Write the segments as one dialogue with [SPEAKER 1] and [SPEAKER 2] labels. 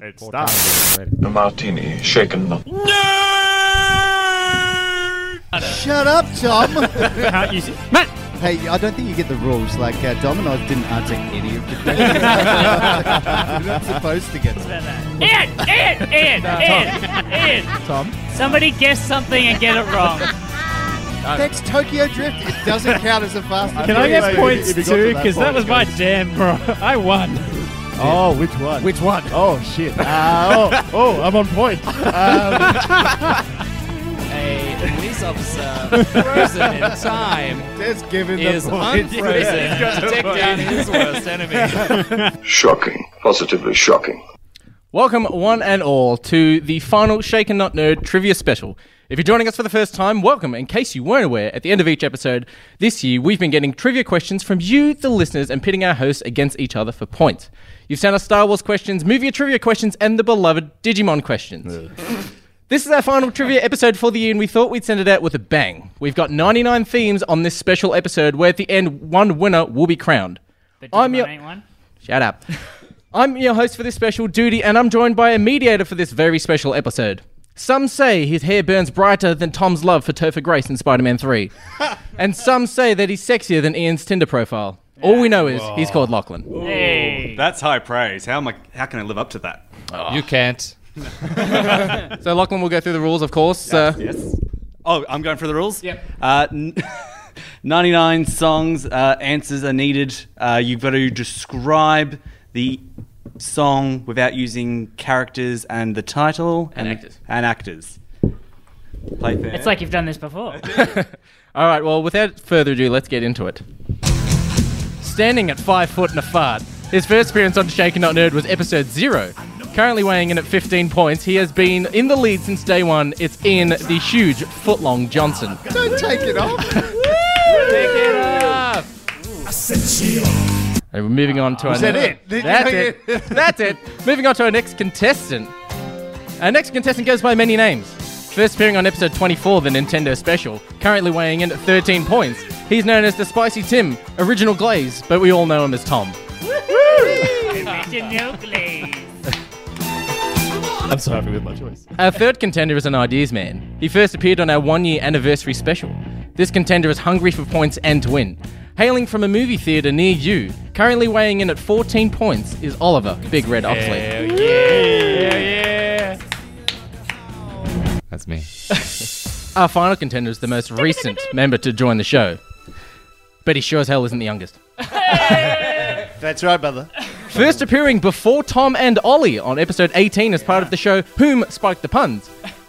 [SPEAKER 1] It
[SPEAKER 2] Four
[SPEAKER 1] stopped.
[SPEAKER 2] times already.
[SPEAKER 3] The martini, shaken not.
[SPEAKER 4] Shut up, Tom.
[SPEAKER 1] Can't you see? Matt!
[SPEAKER 4] hey, I don't think you get the rules. Like uh, Dom and I didn't answer any of the questions. You're not supposed to get. Them.
[SPEAKER 5] Ian! Ian! Ian! Ian! Ian!
[SPEAKER 2] Tom.
[SPEAKER 5] Somebody guess something and get it wrong.
[SPEAKER 2] Uh,
[SPEAKER 4] That's Tokyo Drift. It doesn't count as a fast. and
[SPEAKER 1] Can I
[SPEAKER 4] Furious
[SPEAKER 1] get
[SPEAKER 4] movie.
[SPEAKER 1] points
[SPEAKER 2] if you got to
[SPEAKER 1] too?
[SPEAKER 2] that
[SPEAKER 1] Because that
[SPEAKER 2] point,
[SPEAKER 1] was my
[SPEAKER 2] guys.
[SPEAKER 1] jam, bro. I won.
[SPEAKER 2] Oh, which one?
[SPEAKER 1] Which one?
[SPEAKER 2] Oh shit. Uh, oh, oh, I'm on point. Um,
[SPEAKER 6] A police officer frozen in time
[SPEAKER 4] Just give him
[SPEAKER 6] is
[SPEAKER 4] the point.
[SPEAKER 6] unfrozen to take down his worst enemy.
[SPEAKER 3] Shocking. Positively shocking.
[SPEAKER 7] Welcome, one and all, to the final Shake and Not Nerd Trivia Special. If you're joining us for the first time, welcome. In case you weren't aware, at the end of each episode this year, we've been getting trivia questions from you, the listeners, and pitting our hosts against each other for points. You've sent us Star Wars questions, movie trivia questions, and the beloved Digimon questions. This is our final trivia episode for the year, and we thought we'd send it out with a bang. We've got 99 themes on this special episode, where at the end, one winner will be crowned.
[SPEAKER 5] The
[SPEAKER 7] I'm your-
[SPEAKER 5] Digimon ain't one.
[SPEAKER 7] Shut up. I'm your host for this special duty, and I'm joined by a mediator for this very special episode. Some say his hair burns brighter than Tom's love for Topher Grace in Spider Man 3. and some say that he's sexier than Ian's Tinder profile. All we know is he's called Lachlan.
[SPEAKER 5] Hey.
[SPEAKER 8] That's high praise. How am I? How can I live up to that?
[SPEAKER 6] You can't.
[SPEAKER 7] So Lachlan will go through the rules, of course. Uh,
[SPEAKER 8] Yes. Oh, I'm going for the rules. Yep. Uh, n- 99 songs. Uh, answers are needed. Uh, you've got to describe the song without using characters and the title
[SPEAKER 7] And actors.
[SPEAKER 8] And actors. Play fair.
[SPEAKER 5] It's like you've done this before.
[SPEAKER 7] All right, well, without further ado, let's get into it. Standing at five foot and a fart, his first appearance on Shaken Not Nerd was episode zero. Currently weighing in at 15 points, he has been in the lead since day one. It's Ian, the huge footlong Johnson.
[SPEAKER 4] Don't take it off.
[SPEAKER 7] And we're moving on to our.
[SPEAKER 4] that it? Did you
[SPEAKER 7] That's
[SPEAKER 4] make
[SPEAKER 7] it. That's it. Moving on to our next contestant. Our next contestant goes by many names. First appearing on episode 24, the Nintendo Special, currently weighing in at 13 points. He's known as the Spicy Tim, Original Glaze, but we all know him as Tom.
[SPEAKER 2] I'm so happy with my choice.
[SPEAKER 7] Our third contender is an ideas man. He first appeared on our one year anniversary special. This contender is hungry for points and to win. Hailing from a movie theatre near you, currently weighing in at 14 points, is Oliver Big Red Oxley.
[SPEAKER 6] That's me.
[SPEAKER 7] Our final contender is the most recent member to join the show. But he sure as hell isn't the youngest.
[SPEAKER 4] That's right, brother.
[SPEAKER 7] First appearing before Tom and Ollie on episode 18 as part of the show Whom Spiked the Puns.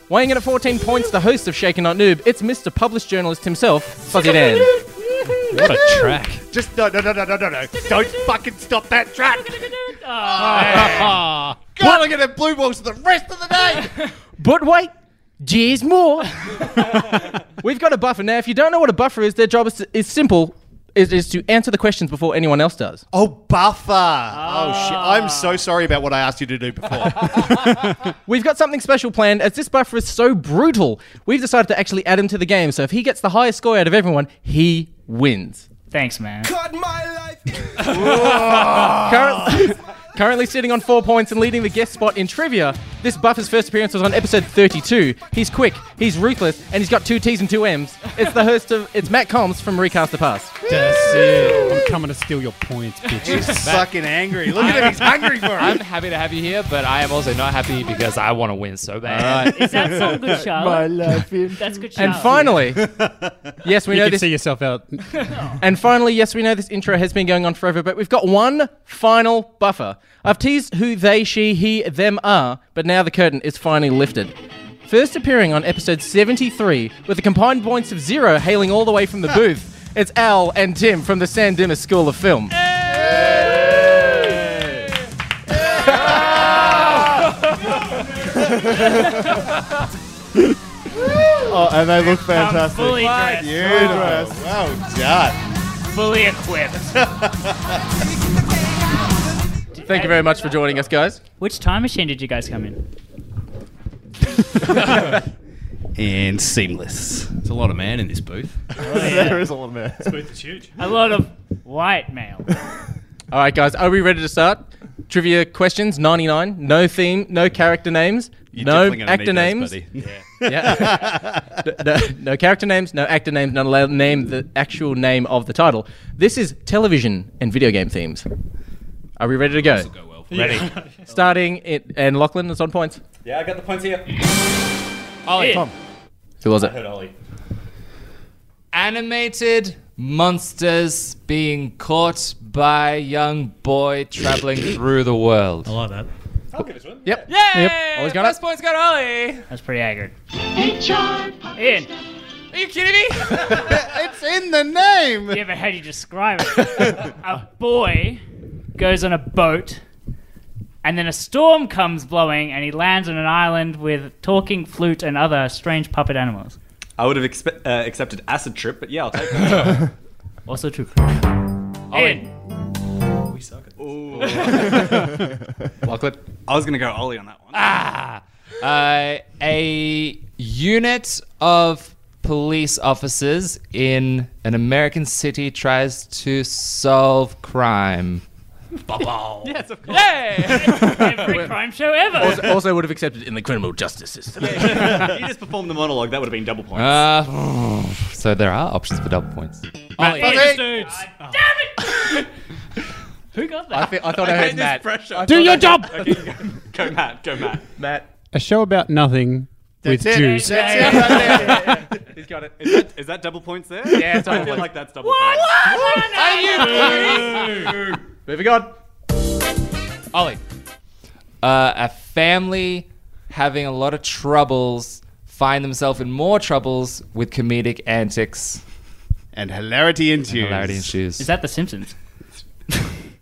[SPEAKER 7] Weighing in at 14 points, the host of Shaken Not Noob, it's Mr. Published Journalist himself, Fuzzy Dan.
[SPEAKER 1] What a track.
[SPEAKER 2] Just no, no, no, no, no, no, no. Don't fucking stop that track.
[SPEAKER 5] Oh,
[SPEAKER 4] God, I'm gonna have blue balls for the rest of the day.
[SPEAKER 7] But wait, there's more. We've got a buffer. Now, if you don't know what a buffer is, their job is, is simple, is, is to answer the questions before anyone else does.
[SPEAKER 4] Oh, buffer. Oh shit. I'm so sorry about what I asked you to do before.
[SPEAKER 7] We've got something special planned as this buffer is so brutal. We've decided to actually add him to the game. So if he gets the highest score out of everyone, he wins.
[SPEAKER 5] Thanks, man.
[SPEAKER 7] Current-
[SPEAKER 1] Ah.
[SPEAKER 7] currently sitting on four points and leading the guest spot in trivia, this buffer's first appearance was on episode 32. He's quick, he's ruthless, and he's got two T's and two M's. It's the host of it's Matt Combs from Recast the Past.
[SPEAKER 1] That's it. I'm coming to steal your points, bitches.
[SPEAKER 4] fucking angry. Look at him. He's hungry for
[SPEAKER 6] I'm happy to have you here, but I am also not happy because I want to win so bad.
[SPEAKER 5] Is that song Good Charlotte?
[SPEAKER 2] love him.
[SPEAKER 5] That's Good Charlotte.
[SPEAKER 7] And finally, yes, we
[SPEAKER 1] You
[SPEAKER 7] know
[SPEAKER 1] can
[SPEAKER 7] this.
[SPEAKER 1] see yourself out.
[SPEAKER 7] And finally, yes, we know this intro has been going on forever, but we've got one final buffer. I've teased who they, she, he, them are, but now the curtain is finally lifted. First appearing on episode 73, with a combined points of zero hailing all the way from the booth, it's Al and Tim from the San Dimas School of Film.
[SPEAKER 2] Oh, and they look
[SPEAKER 5] I'm
[SPEAKER 2] fantastic.
[SPEAKER 5] fully dressed,
[SPEAKER 2] Beautiful.
[SPEAKER 4] Oh, Well done.
[SPEAKER 5] fully equipped.
[SPEAKER 7] Thank you very much for joining us, guys.
[SPEAKER 5] Which time machine did you guys come in?
[SPEAKER 8] and seamless.
[SPEAKER 6] There's a lot of man in this booth.
[SPEAKER 2] There is a lot of man.
[SPEAKER 5] A lot of white male.
[SPEAKER 7] All right, guys, are we ready to start? Trivia questions 99. No theme, no character names, no
[SPEAKER 8] definitely gonna
[SPEAKER 7] actor
[SPEAKER 8] need
[SPEAKER 7] names.
[SPEAKER 8] those, buddy.
[SPEAKER 7] Yeah. no, no- no character names, no actor names, not allowed to name the actual name of the title. This is television and video game themes. Are we ready to go?
[SPEAKER 6] Ready?
[SPEAKER 7] Starting it, and Lachlan is on points.
[SPEAKER 8] Yeah, I got the points here.
[SPEAKER 6] Ollie.
[SPEAKER 7] Who was it?
[SPEAKER 8] Ollie.
[SPEAKER 6] Animated monsters being caught by young boy traveling through the world.
[SPEAKER 9] I like that.
[SPEAKER 7] Yep.
[SPEAKER 6] Yay!
[SPEAKER 7] Ollie's got
[SPEAKER 6] First
[SPEAKER 7] it.
[SPEAKER 6] point's got Ollie.
[SPEAKER 5] That's pretty accurate. In.
[SPEAKER 6] Are you kidding me?
[SPEAKER 4] it's in the name.
[SPEAKER 5] Yeah, but how do you describe it? a boy goes on a boat, and then a storm comes blowing, and he lands on an island with talking flute and other strange puppet animals.
[SPEAKER 8] I would have expe- uh, accepted acid trip, but yeah, I'll take that.
[SPEAKER 5] Also true.
[SPEAKER 6] Ollie.
[SPEAKER 5] In.
[SPEAKER 7] Lachlan.
[SPEAKER 8] I was gonna go Ollie on that one.
[SPEAKER 6] Uh, a unit of police officers in an American city tries to solve crime.
[SPEAKER 5] Yes, of course. Every crime show ever.
[SPEAKER 7] also would have accepted in the criminal justice system.
[SPEAKER 8] you just performed the monologue. That would have been double points.
[SPEAKER 6] Uh, so there are options for double points.
[SPEAKER 5] Ollie.
[SPEAKER 9] These dudes.
[SPEAKER 5] Who got
[SPEAKER 7] I,
[SPEAKER 5] that?
[SPEAKER 7] thi- I thought I, heard Matt.
[SPEAKER 8] pressure.
[SPEAKER 1] Do your job.
[SPEAKER 8] Go Matt. Go Matt.
[SPEAKER 7] Matt.
[SPEAKER 1] A show about nothing with
[SPEAKER 4] it.
[SPEAKER 1] Jews.
[SPEAKER 5] Yeah,
[SPEAKER 4] That's
[SPEAKER 5] yeah,
[SPEAKER 4] it.
[SPEAKER 8] He's got it. Is that, is that double points there? Yeah,
[SPEAKER 7] it's
[SPEAKER 8] I
[SPEAKER 7] double
[SPEAKER 8] feel
[SPEAKER 7] points.
[SPEAKER 8] like that's double points.
[SPEAKER 7] Are you Moving on.
[SPEAKER 6] Ollie. Uh, a family having a lot of troubles find themselves in more troubles with comedic antics.
[SPEAKER 4] And hilarity ensues.
[SPEAKER 6] Hilarity ensues.
[SPEAKER 5] Is that The Simpsons?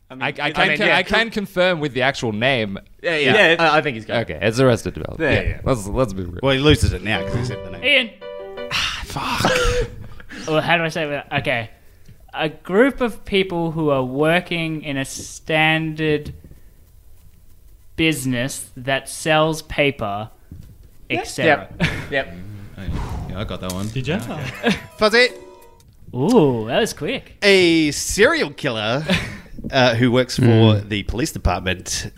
[SPEAKER 6] I, I can, I can confirm with the actual name.
[SPEAKER 7] Yeah,
[SPEAKER 8] Yeah.
[SPEAKER 7] I, I think he's got
[SPEAKER 6] Okay, it's Arrested Development.
[SPEAKER 8] Yeah,
[SPEAKER 6] Yeah,
[SPEAKER 8] yeah.
[SPEAKER 6] Let's let's be real.
[SPEAKER 4] Well, he loses it now because he said the name.
[SPEAKER 5] Ian.
[SPEAKER 7] Ah,
[SPEAKER 5] fuck. well, how do I say that? Okay. A group of people who are working in a standard business that sells paper, etc.
[SPEAKER 7] Yep. Yep.
[SPEAKER 10] Yeah, I got that one.
[SPEAKER 9] Did you?
[SPEAKER 4] Fuzzy,
[SPEAKER 5] Ooh, that was quick.
[SPEAKER 4] a serial killer uh, who works for the police department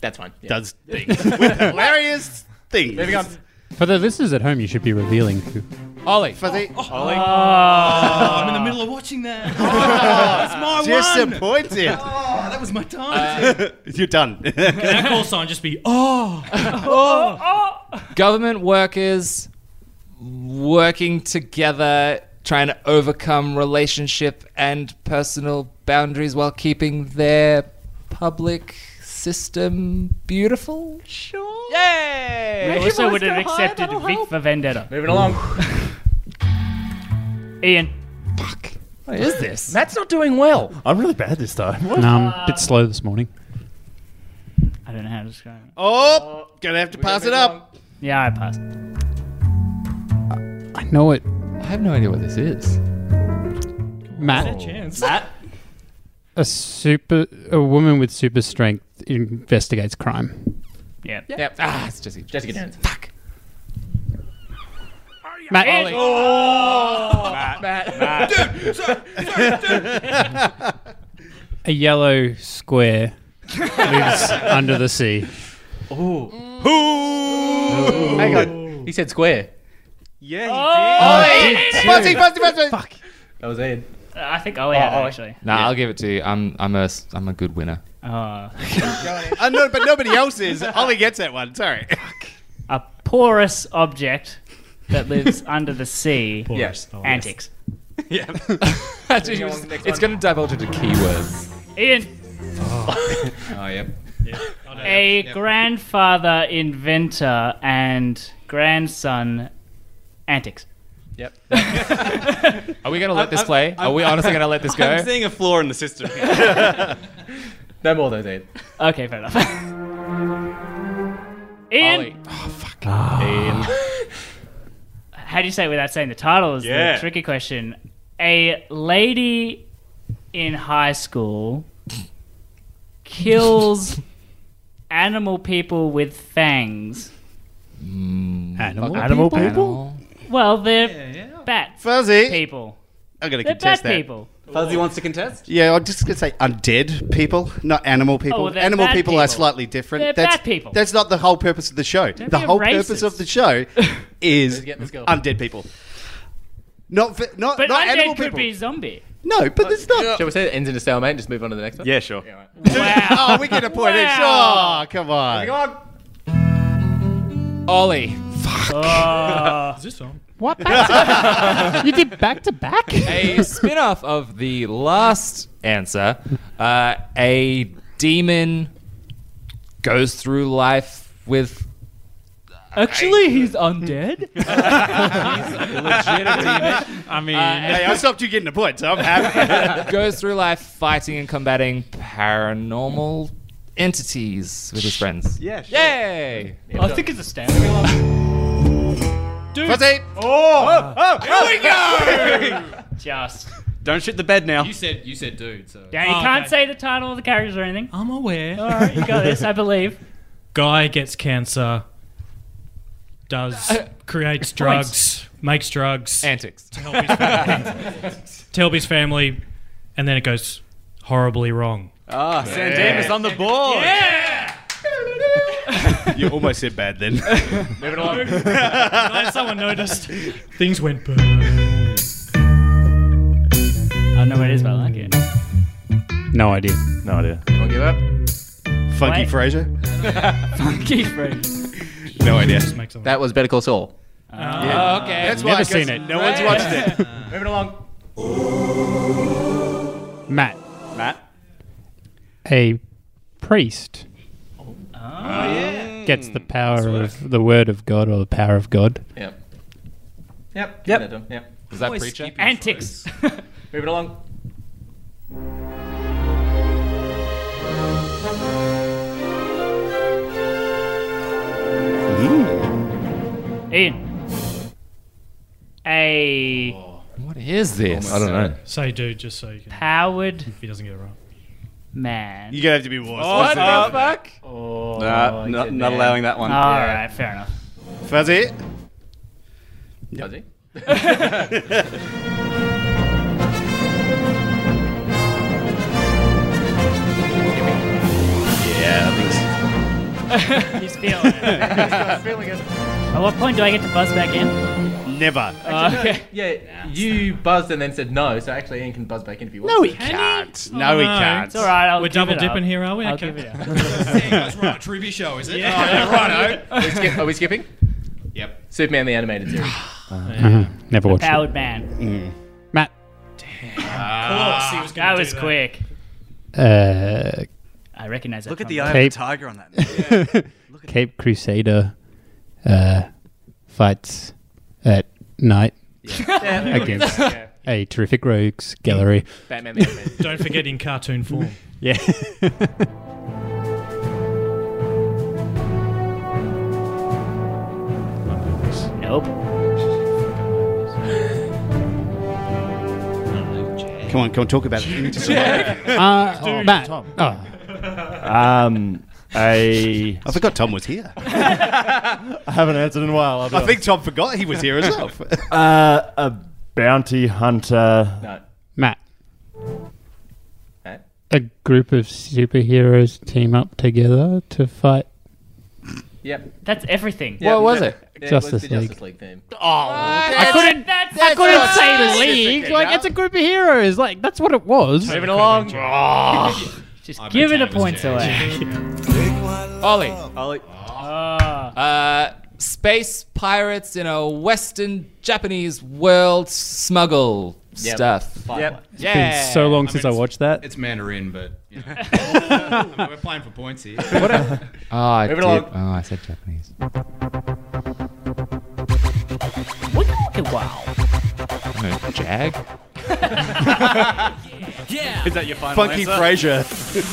[SPEAKER 7] That's fine. Yeah.
[SPEAKER 4] does things with hilarious things.
[SPEAKER 7] Moving on.
[SPEAKER 1] For the listeners at home, you should be revealing who.
[SPEAKER 6] Ollie.
[SPEAKER 4] Fuzzy,
[SPEAKER 10] I'm
[SPEAKER 8] Ah.
[SPEAKER 10] in the middle of watching that. that's my one.
[SPEAKER 4] disappointed.
[SPEAKER 10] Oh, that was my time.
[SPEAKER 4] You're done.
[SPEAKER 9] That call sign just be oh.
[SPEAKER 6] Government workers working together, trying to overcome relationship and personal boundaries while keeping their public system beautiful. Sure.
[SPEAKER 5] I
[SPEAKER 6] Yay!
[SPEAKER 5] also would have accepted Vic for Vendetta.
[SPEAKER 7] Moving along.
[SPEAKER 5] Ian.
[SPEAKER 6] What is this?
[SPEAKER 7] Matt's not doing well.
[SPEAKER 2] I'm really bad this time.
[SPEAKER 1] No, I'm a Um, bit slow this morning.
[SPEAKER 5] I don't know how to describe it.
[SPEAKER 4] oh, gonna have to pass it up.
[SPEAKER 5] Yeah, I passed.
[SPEAKER 1] I know it,
[SPEAKER 6] I have no idea what this is.
[SPEAKER 1] Matt.
[SPEAKER 9] Chance.
[SPEAKER 1] A super, a woman with super strength investigates crime.
[SPEAKER 5] Yeah.
[SPEAKER 7] Yep.
[SPEAKER 6] Ah, it's Jessica.
[SPEAKER 7] Jessica Jones.
[SPEAKER 5] Uh,
[SPEAKER 1] Matt.
[SPEAKER 7] Matt.
[SPEAKER 1] A yellow square lives under the sea.
[SPEAKER 7] Hang on. He said square.
[SPEAKER 8] Yeah, he
[SPEAKER 4] Fuzzy, fuzzy, fuzzy. Fuck.
[SPEAKER 7] That was Ian.
[SPEAKER 5] Uh, I think Ollie
[SPEAKER 9] Oh,
[SPEAKER 5] had it, actually.
[SPEAKER 6] Nah, I'll give it to you. I'm I'm a s- I'm a good winner.
[SPEAKER 5] Oh.
[SPEAKER 4] I know, Uh, but nobody else is. Ollie gets that one. Sorry.
[SPEAKER 5] a porous object that lives under the sea.
[SPEAKER 9] Yes. Oh,
[SPEAKER 5] Antics.
[SPEAKER 6] it's going to divulge into keywords.
[SPEAKER 5] Ian.
[SPEAKER 10] oh, yep. Oh,
[SPEAKER 5] A grandfather inventor and grandson antics.
[SPEAKER 7] Yep.
[SPEAKER 6] Are we going to let this play? Are we honestly going to let this go?
[SPEAKER 8] I'm seeing a flaw in the system. here.
[SPEAKER 7] No more those Ian.
[SPEAKER 5] Okay, fair enough. Ian,
[SPEAKER 6] Ollie.
[SPEAKER 5] how do you say it without saying the title? Is
[SPEAKER 8] Yeah.
[SPEAKER 5] the tricky question. A lady in high school kills animal people with fangs.
[SPEAKER 1] Animal.
[SPEAKER 2] Animal people?
[SPEAKER 6] Animal.
[SPEAKER 5] Well, they're bat
[SPEAKER 4] Fuzzy.
[SPEAKER 5] people.
[SPEAKER 4] I'm gonna
[SPEAKER 5] They're
[SPEAKER 4] contest
[SPEAKER 5] bat
[SPEAKER 4] that.
[SPEAKER 5] people.
[SPEAKER 8] Fuzzy wants to contest.
[SPEAKER 4] Yeah, I'm just gonna say undead people, not animal people.
[SPEAKER 5] well, Oh, they're
[SPEAKER 4] animal
[SPEAKER 5] bad
[SPEAKER 4] people, are
[SPEAKER 5] people.
[SPEAKER 4] slightly different.
[SPEAKER 5] They're
[SPEAKER 4] that's,
[SPEAKER 5] bad people.
[SPEAKER 4] That's not the whole purpose of the show. the
[SPEAKER 5] be a
[SPEAKER 4] whole
[SPEAKER 5] racist.
[SPEAKER 4] purpose of the show is undead people. Not vi- not
[SPEAKER 5] But
[SPEAKER 4] not
[SPEAKER 5] undead
[SPEAKER 4] animal
[SPEAKER 5] could
[SPEAKER 4] people.
[SPEAKER 5] be zombie.
[SPEAKER 4] No, but there's not.
[SPEAKER 7] Shall we say it ends in a stalemate and just move on to the next one?
[SPEAKER 8] Yeah, sure.
[SPEAKER 4] Oh, we get a point each.
[SPEAKER 5] Wow.
[SPEAKER 4] Oh, come on.
[SPEAKER 6] Ollie,
[SPEAKER 9] Is this on?
[SPEAKER 1] What? Back to- you did back to back?
[SPEAKER 6] a spin off of the last answer. Uh, a demon goes through life with.
[SPEAKER 5] Actually, he's undead.
[SPEAKER 8] Uh,
[SPEAKER 9] I mean,
[SPEAKER 4] Hey, I stopped you getting a point, so I'm happy.
[SPEAKER 6] goes through life fighting and combating paranormal entities with his friends.
[SPEAKER 8] Yeah, sure.
[SPEAKER 6] Yay!
[SPEAKER 5] I think it's a stand.
[SPEAKER 4] Fuzzy.
[SPEAKER 5] Just.
[SPEAKER 8] Don't shit the bed now.
[SPEAKER 10] You said you said dude, so
[SPEAKER 5] Yeah, you
[SPEAKER 9] Oh,
[SPEAKER 5] can't
[SPEAKER 9] okay.
[SPEAKER 5] say the title of the characters or anything.
[SPEAKER 9] I'm aware.
[SPEAKER 5] All right, you got this, I believe.
[SPEAKER 9] Guy gets cancer, does creates drugs, makes drugs
[SPEAKER 6] Antics.
[SPEAKER 9] to help his family, to help his family, and then it goes horribly wrong.
[SPEAKER 8] Ah, Sandemus on the board.
[SPEAKER 4] You almost said bad then.
[SPEAKER 9] Glad someone noticed. Things went boom.
[SPEAKER 5] I don't know what Oh, it is, but I like it.
[SPEAKER 1] No idea.
[SPEAKER 8] No idea.
[SPEAKER 7] Won't give up.
[SPEAKER 4] Funky
[SPEAKER 5] Wait.
[SPEAKER 4] Fraser.
[SPEAKER 5] Funky Freak.
[SPEAKER 4] No idea.
[SPEAKER 9] Just make something.
[SPEAKER 7] That was Better Call Saul.
[SPEAKER 6] Oh, okay.
[SPEAKER 4] That's why
[SPEAKER 1] Never
[SPEAKER 4] I guess
[SPEAKER 1] seen it.
[SPEAKER 4] No one's watched it.
[SPEAKER 7] Moving along.
[SPEAKER 1] Matt,
[SPEAKER 8] Matt.
[SPEAKER 1] a priest. Gets the power of the word of God or the power of God.
[SPEAKER 7] Yep.
[SPEAKER 8] Yep.
[SPEAKER 7] Give that to him. Yep.
[SPEAKER 6] Was that preacher?
[SPEAKER 5] Antics.
[SPEAKER 7] Moving along.
[SPEAKER 5] Ian. A
[SPEAKER 6] What is this?
[SPEAKER 7] know.
[SPEAKER 9] Say, dude, just so you can.
[SPEAKER 5] powered
[SPEAKER 9] If he doesn't get it right.
[SPEAKER 5] man.
[SPEAKER 4] You're gonna have to be warned.
[SPEAKER 8] What the fuck?
[SPEAKER 5] Oh,
[SPEAKER 8] Nah,
[SPEAKER 5] it's
[SPEAKER 8] not,
[SPEAKER 5] a
[SPEAKER 8] not
[SPEAKER 5] man.
[SPEAKER 8] allowing that one.
[SPEAKER 5] All right, fair enough.
[SPEAKER 4] Fuzzy.
[SPEAKER 7] Fuzzy.
[SPEAKER 5] He's feeling it. At what point do I get to buzz back in?
[SPEAKER 4] Never.
[SPEAKER 5] okay.
[SPEAKER 7] Yeah, you buzzed and then said no, so actually Ian can buzz back in if he wants.
[SPEAKER 4] No, he can't. No, he
[SPEAKER 9] no.
[SPEAKER 4] can't.
[SPEAKER 5] Oh, It's all right. I'll
[SPEAKER 9] We're
[SPEAKER 5] give
[SPEAKER 9] double
[SPEAKER 5] it
[SPEAKER 9] dipping
[SPEAKER 5] up.
[SPEAKER 9] here, are we?
[SPEAKER 5] I'll
[SPEAKER 9] Okay.
[SPEAKER 5] give it up.
[SPEAKER 10] that's right. Trivia show, is it? Yeah.
[SPEAKER 7] Are we, skip- are we skipping?
[SPEAKER 10] Yep.
[SPEAKER 7] Superman the Animated Series.
[SPEAKER 1] Mm-hmm. Never watched it.
[SPEAKER 5] Powered man.
[SPEAKER 1] Matt,
[SPEAKER 9] Of course he was gonna
[SPEAKER 5] That
[SPEAKER 9] do
[SPEAKER 5] was quick.
[SPEAKER 1] uh,
[SPEAKER 5] I recognize that.
[SPEAKER 8] Look at
[SPEAKER 5] from the-
[SPEAKER 8] the eye of the
[SPEAKER 1] Cape.
[SPEAKER 8] tiger on that.
[SPEAKER 1] Cape Crusader uh, fights at night against a terrific rogues gallery.
[SPEAKER 7] Batman the Animated.
[SPEAKER 9] Don't forget in cartoon form.
[SPEAKER 1] Yeah.
[SPEAKER 5] Nope.
[SPEAKER 4] Come on, come on, talk about it.
[SPEAKER 1] uh, Matt. Oh,
[SPEAKER 2] Um, I
[SPEAKER 4] I forgot Tom was here.
[SPEAKER 2] haven't answered in a while. I'll be
[SPEAKER 4] I think Tom forgot he was here as well.
[SPEAKER 2] honest. uh, a bounty hunter.
[SPEAKER 7] no.
[SPEAKER 1] Matt.
[SPEAKER 7] Matt?
[SPEAKER 1] A group of superheroes team up together to fight.
[SPEAKER 7] Yep.
[SPEAKER 5] That's everything.
[SPEAKER 7] What
[SPEAKER 6] was it?
[SPEAKER 1] Justice
[SPEAKER 7] was the
[SPEAKER 1] League.
[SPEAKER 7] Justice League theme.
[SPEAKER 5] I couldn't. I couldn't say league.
[SPEAKER 1] Like it's a group of heroes. Like that's what it was.
[SPEAKER 7] Moving along.
[SPEAKER 5] Just give it a
[SPEAKER 10] pretending it was
[SPEAKER 5] points
[SPEAKER 10] James.
[SPEAKER 5] away.
[SPEAKER 6] Ollie.
[SPEAKER 8] Ollie.
[SPEAKER 5] Ah.
[SPEAKER 6] Uh, space pirates in a Western Japanese world smuggle
[SPEAKER 7] Yep.
[SPEAKER 6] stuff.
[SPEAKER 7] Yep.
[SPEAKER 6] Yeah.
[SPEAKER 1] It's been so long
[SPEAKER 10] I
[SPEAKER 1] since
[SPEAKER 10] mean,
[SPEAKER 1] I watched that.
[SPEAKER 10] It's Mandarin, but you know. I mean, we're playing for points here. What
[SPEAKER 6] Oh, I
[SPEAKER 7] Moving
[SPEAKER 6] did-
[SPEAKER 7] along.
[SPEAKER 6] Oh, I said Japanese.
[SPEAKER 5] Wicka wicka wow.
[SPEAKER 6] No, Jag.
[SPEAKER 8] Is that your final
[SPEAKER 4] Funky
[SPEAKER 8] answer?
[SPEAKER 4] Fraser.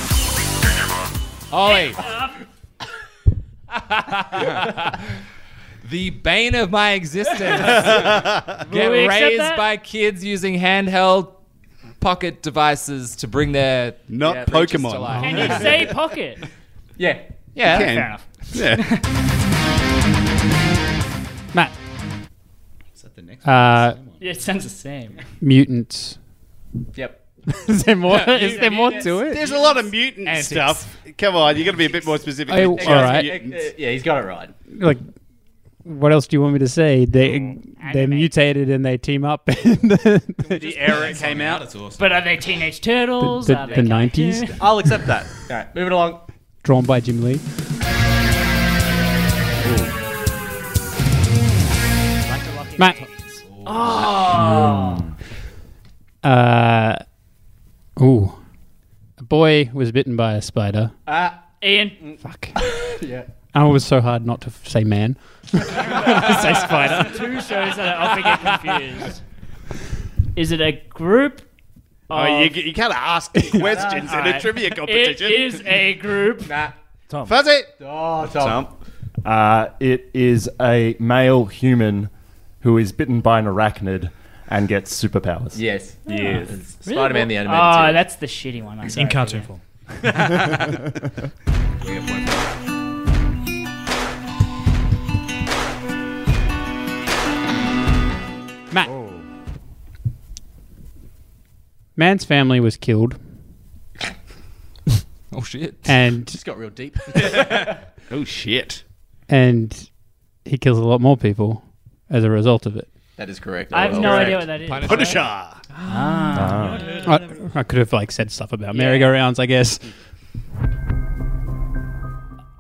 [SPEAKER 6] Ollie. the bane of my existence. Get
[SPEAKER 5] we accept
[SPEAKER 6] raised
[SPEAKER 5] that?
[SPEAKER 6] by kids using handheld pocket devices to bring their
[SPEAKER 4] Not
[SPEAKER 6] yeah, reaches to
[SPEAKER 4] Pokemon.
[SPEAKER 6] life.
[SPEAKER 5] Can you say pocket?
[SPEAKER 7] Yeah.
[SPEAKER 6] Yeah.
[SPEAKER 4] Can.
[SPEAKER 5] Fair enough.
[SPEAKER 4] Yeah.
[SPEAKER 1] Matt.
[SPEAKER 10] is that the next?
[SPEAKER 1] Uh,
[SPEAKER 5] Yeah, it sounds the same.
[SPEAKER 1] mutants
[SPEAKER 7] Yep.
[SPEAKER 1] Is there more? is there more to it?
[SPEAKER 2] There's a lot of mutant
[SPEAKER 6] Antics.
[SPEAKER 2] stuff. Come on, you got to be a bit more specific.
[SPEAKER 1] Oh,
[SPEAKER 2] It's
[SPEAKER 1] all
[SPEAKER 2] just
[SPEAKER 1] right.
[SPEAKER 2] mutants.
[SPEAKER 8] Yeah, he's got it right.
[SPEAKER 1] like what else do you want me to say? They they're
[SPEAKER 5] Anime.
[SPEAKER 1] mutated and they team up in the
[SPEAKER 2] The era came out.
[SPEAKER 10] That's awesome.
[SPEAKER 5] But are they Teenage Turtles?
[SPEAKER 1] The- Ah,
[SPEAKER 5] Are they
[SPEAKER 1] the 90s?
[SPEAKER 5] cartoon-
[SPEAKER 8] I'll accept that. All right, moving along.
[SPEAKER 1] drawn by Jim Lee. Matt. Oh. Ah. Uh, ooh. A boy was bitten by a spider.
[SPEAKER 5] Ian,
[SPEAKER 1] Fuck. yeah. I was so hard not to f- say man. say spider.
[SPEAKER 5] two shows that I often get confused. Is it a group?
[SPEAKER 2] Oh,
[SPEAKER 5] of-
[SPEAKER 2] you, you can't ask questions in a
[SPEAKER 5] Alright.
[SPEAKER 2] trivia
[SPEAKER 5] It
[SPEAKER 2] competition.
[SPEAKER 5] is a group.
[SPEAKER 2] Fuzzy.
[SPEAKER 11] Uh, it is a male human who is bitten by an arachnid and gets superpowers.
[SPEAKER 7] Yes.
[SPEAKER 5] Yes.
[SPEAKER 7] Spider Man the animated.
[SPEAKER 5] Oh,
[SPEAKER 7] series.
[SPEAKER 5] that's the shitty one. I'm sorry.
[SPEAKER 9] in cartoon form.
[SPEAKER 1] Matt. Man's family was killed,
[SPEAKER 6] Oh shit.
[SPEAKER 1] and
[SPEAKER 7] Just got real deep.
[SPEAKER 2] Oh shit.
[SPEAKER 1] and he kills a lot more people as a result of it.
[SPEAKER 7] that is correct.
[SPEAKER 5] I have
[SPEAKER 7] Oh,
[SPEAKER 5] no
[SPEAKER 7] well.
[SPEAKER 5] idea what that is. Ah.
[SPEAKER 2] Punisher.
[SPEAKER 1] I, I could have like said stuff about merry-go-rounds, I guess.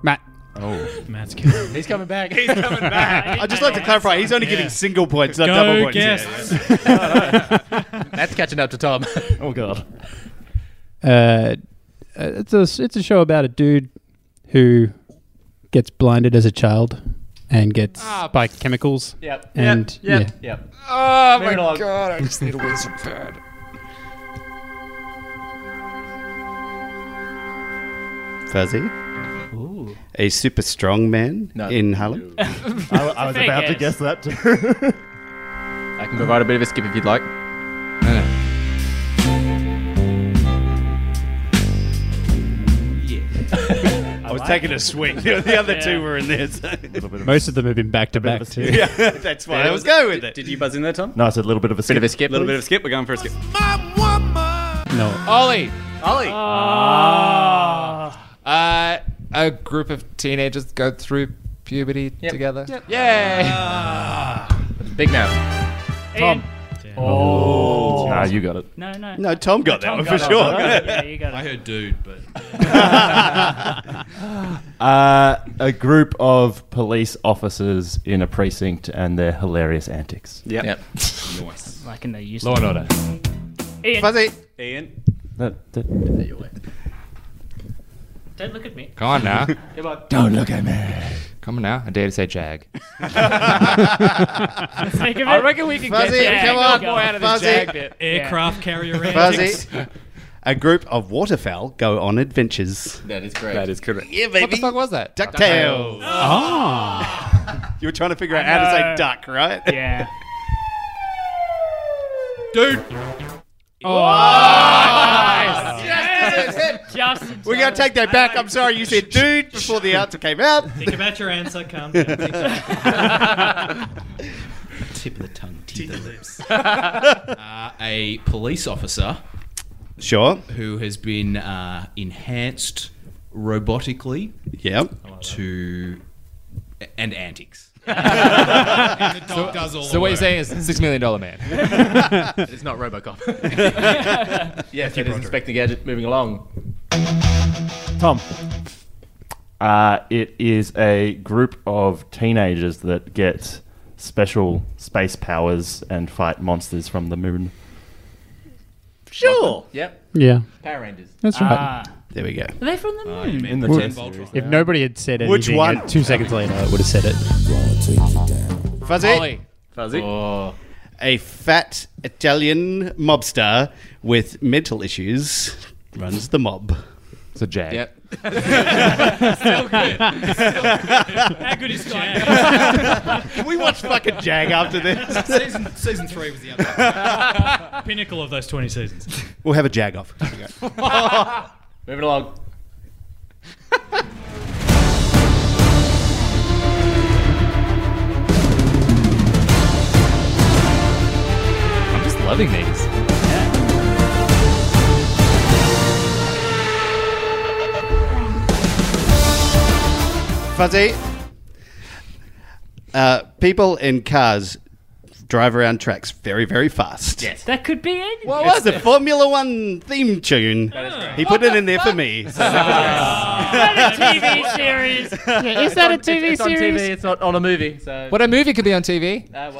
[SPEAKER 1] Matt,
[SPEAKER 9] Matt's kid.
[SPEAKER 7] He's coming back.
[SPEAKER 2] I'd just like to clarify, he's only giving single points, not double
[SPEAKER 9] Go
[SPEAKER 2] points.
[SPEAKER 9] Oh, guess.
[SPEAKER 7] That's catching up to Tom.
[SPEAKER 11] Oh god.
[SPEAKER 1] uh, it's a it's a show about a dude who gets blinded as a child and gets
[SPEAKER 6] Ah,
[SPEAKER 1] by chemicals.
[SPEAKER 8] Yep.
[SPEAKER 1] And
[SPEAKER 8] yep.
[SPEAKER 1] yeah.
[SPEAKER 8] Yep. Yep.
[SPEAKER 6] Oh my
[SPEAKER 8] Moving along.
[SPEAKER 6] god, I just need to win so bad.
[SPEAKER 4] Fuzzy. A super strong man in Harlem.
[SPEAKER 11] I, I was
[SPEAKER 5] fair
[SPEAKER 11] about to guess
[SPEAKER 5] guess.
[SPEAKER 11] that too.
[SPEAKER 7] I can provide a bit of a skip if you'd like.
[SPEAKER 2] I was taking a swing. The other two were in this.
[SPEAKER 1] Most of them have been back to back too.
[SPEAKER 2] yeah, that's why I was going with it.
[SPEAKER 8] Did you buzz in there, Tom?
[SPEAKER 11] no, I said a little bit of a skip.
[SPEAKER 7] Bit of a skip.
[SPEAKER 8] A little bit of a skip. We're going for a skip.
[SPEAKER 1] No,
[SPEAKER 6] Ollie,
[SPEAKER 8] Ollie.
[SPEAKER 6] uh, a group of teenagers go through puberty together. Yay!
[SPEAKER 7] Ah. Big mouth.
[SPEAKER 5] Tom.
[SPEAKER 11] Nah, you got it.
[SPEAKER 5] No, no.
[SPEAKER 4] No, Tom got
[SPEAKER 5] Tom
[SPEAKER 4] that one for
[SPEAKER 5] got it.
[SPEAKER 4] sure.
[SPEAKER 5] Yeah, you got
[SPEAKER 10] I
[SPEAKER 5] it.
[SPEAKER 10] heard dude, but
[SPEAKER 11] Uh, a group of police officers in a precinct and their hilarious antics.
[SPEAKER 8] Yep.
[SPEAKER 7] Yep.
[SPEAKER 10] nice.
[SPEAKER 5] Like in the use.
[SPEAKER 6] Law and order.
[SPEAKER 5] Ian,
[SPEAKER 2] Fuzzy.
[SPEAKER 8] Ian.
[SPEAKER 11] That- that-
[SPEAKER 5] don't look at me.
[SPEAKER 6] Come on now.
[SPEAKER 11] Don't look at me.
[SPEAKER 6] Come on now. I dare to say jag.
[SPEAKER 5] Think of
[SPEAKER 6] I
[SPEAKER 5] it.
[SPEAKER 6] reckon we can
[SPEAKER 2] Fuzzy,
[SPEAKER 6] get Jag.
[SPEAKER 5] come
[SPEAKER 6] Get
[SPEAKER 5] on.
[SPEAKER 6] the boy out of
[SPEAKER 2] Fuzzy.
[SPEAKER 6] this jag bit.
[SPEAKER 9] Aircraft carrier. antics.
[SPEAKER 4] Fuzzy. A group of waterfowl go on adventures.
[SPEAKER 7] That is Oh. correct. That is correct.
[SPEAKER 2] Yeah,
[SPEAKER 6] What the
[SPEAKER 2] baby.
[SPEAKER 6] fuck was that?
[SPEAKER 2] DuckTales.
[SPEAKER 7] Ah.
[SPEAKER 2] You were trying to figure out how to
[SPEAKER 5] know.
[SPEAKER 2] say duck, right?
[SPEAKER 5] Yeah.
[SPEAKER 10] dude.
[SPEAKER 5] Just in
[SPEAKER 2] We're going to
[SPEAKER 5] time.
[SPEAKER 2] take that back. I'm sorry, you said dude before the answer came out.
[SPEAKER 9] Think about your answer. Calm down. Think about
[SPEAKER 10] Tip of the tongue, tip of the lips. uh, a police officer
[SPEAKER 4] Sure.
[SPEAKER 10] who has been uh, enhanced robotically
[SPEAKER 4] Yep.
[SPEAKER 10] to and antics. and the dog does all
[SPEAKER 6] So what you're saying is six million dollar man.
[SPEAKER 7] It's not Robocop. yes, it is Inspector Gadget moving along.
[SPEAKER 11] Tom. Uh, it is a group of teenagers that get special space powers and fight monsters from the moon.
[SPEAKER 7] Sure. Yep.
[SPEAKER 1] yeah,
[SPEAKER 7] Power Rangers.
[SPEAKER 1] that's right.
[SPEAKER 5] Ah.
[SPEAKER 4] There we go.
[SPEAKER 5] Are they from the moon?
[SPEAKER 11] In the
[SPEAKER 1] Well,
[SPEAKER 10] Voltron.
[SPEAKER 1] if nobody had said anything,
[SPEAKER 2] Which one?
[SPEAKER 1] uh, two seconds later, I would have said it.
[SPEAKER 2] Fuzzy.
[SPEAKER 6] Ollie.
[SPEAKER 7] Fuzzy. Oh.
[SPEAKER 4] A fat Italian mobster with mental issues runs the mob.
[SPEAKER 6] It's a jag.
[SPEAKER 7] Yep.
[SPEAKER 9] how good is Jag?
[SPEAKER 2] Can we watch fucking Jag after this?
[SPEAKER 10] season, season three was the other.
[SPEAKER 9] Pinnacle of those twenty seasons.
[SPEAKER 4] We'll have a jag off. There we go.
[SPEAKER 7] Moving along.
[SPEAKER 6] I'm just loving these.
[SPEAKER 2] Fuzzy. Uh, people in cars drive around tracks very, very fast.
[SPEAKER 5] Yes. That could be it.
[SPEAKER 2] What it's the Formula One theme tune. He put it in there for me. so-
[SPEAKER 5] Is that a TV series?
[SPEAKER 7] It's on- it's- it's on TV, it's not on a movie. So.
[SPEAKER 6] What a movie could be on TV.
[SPEAKER 7] Uh,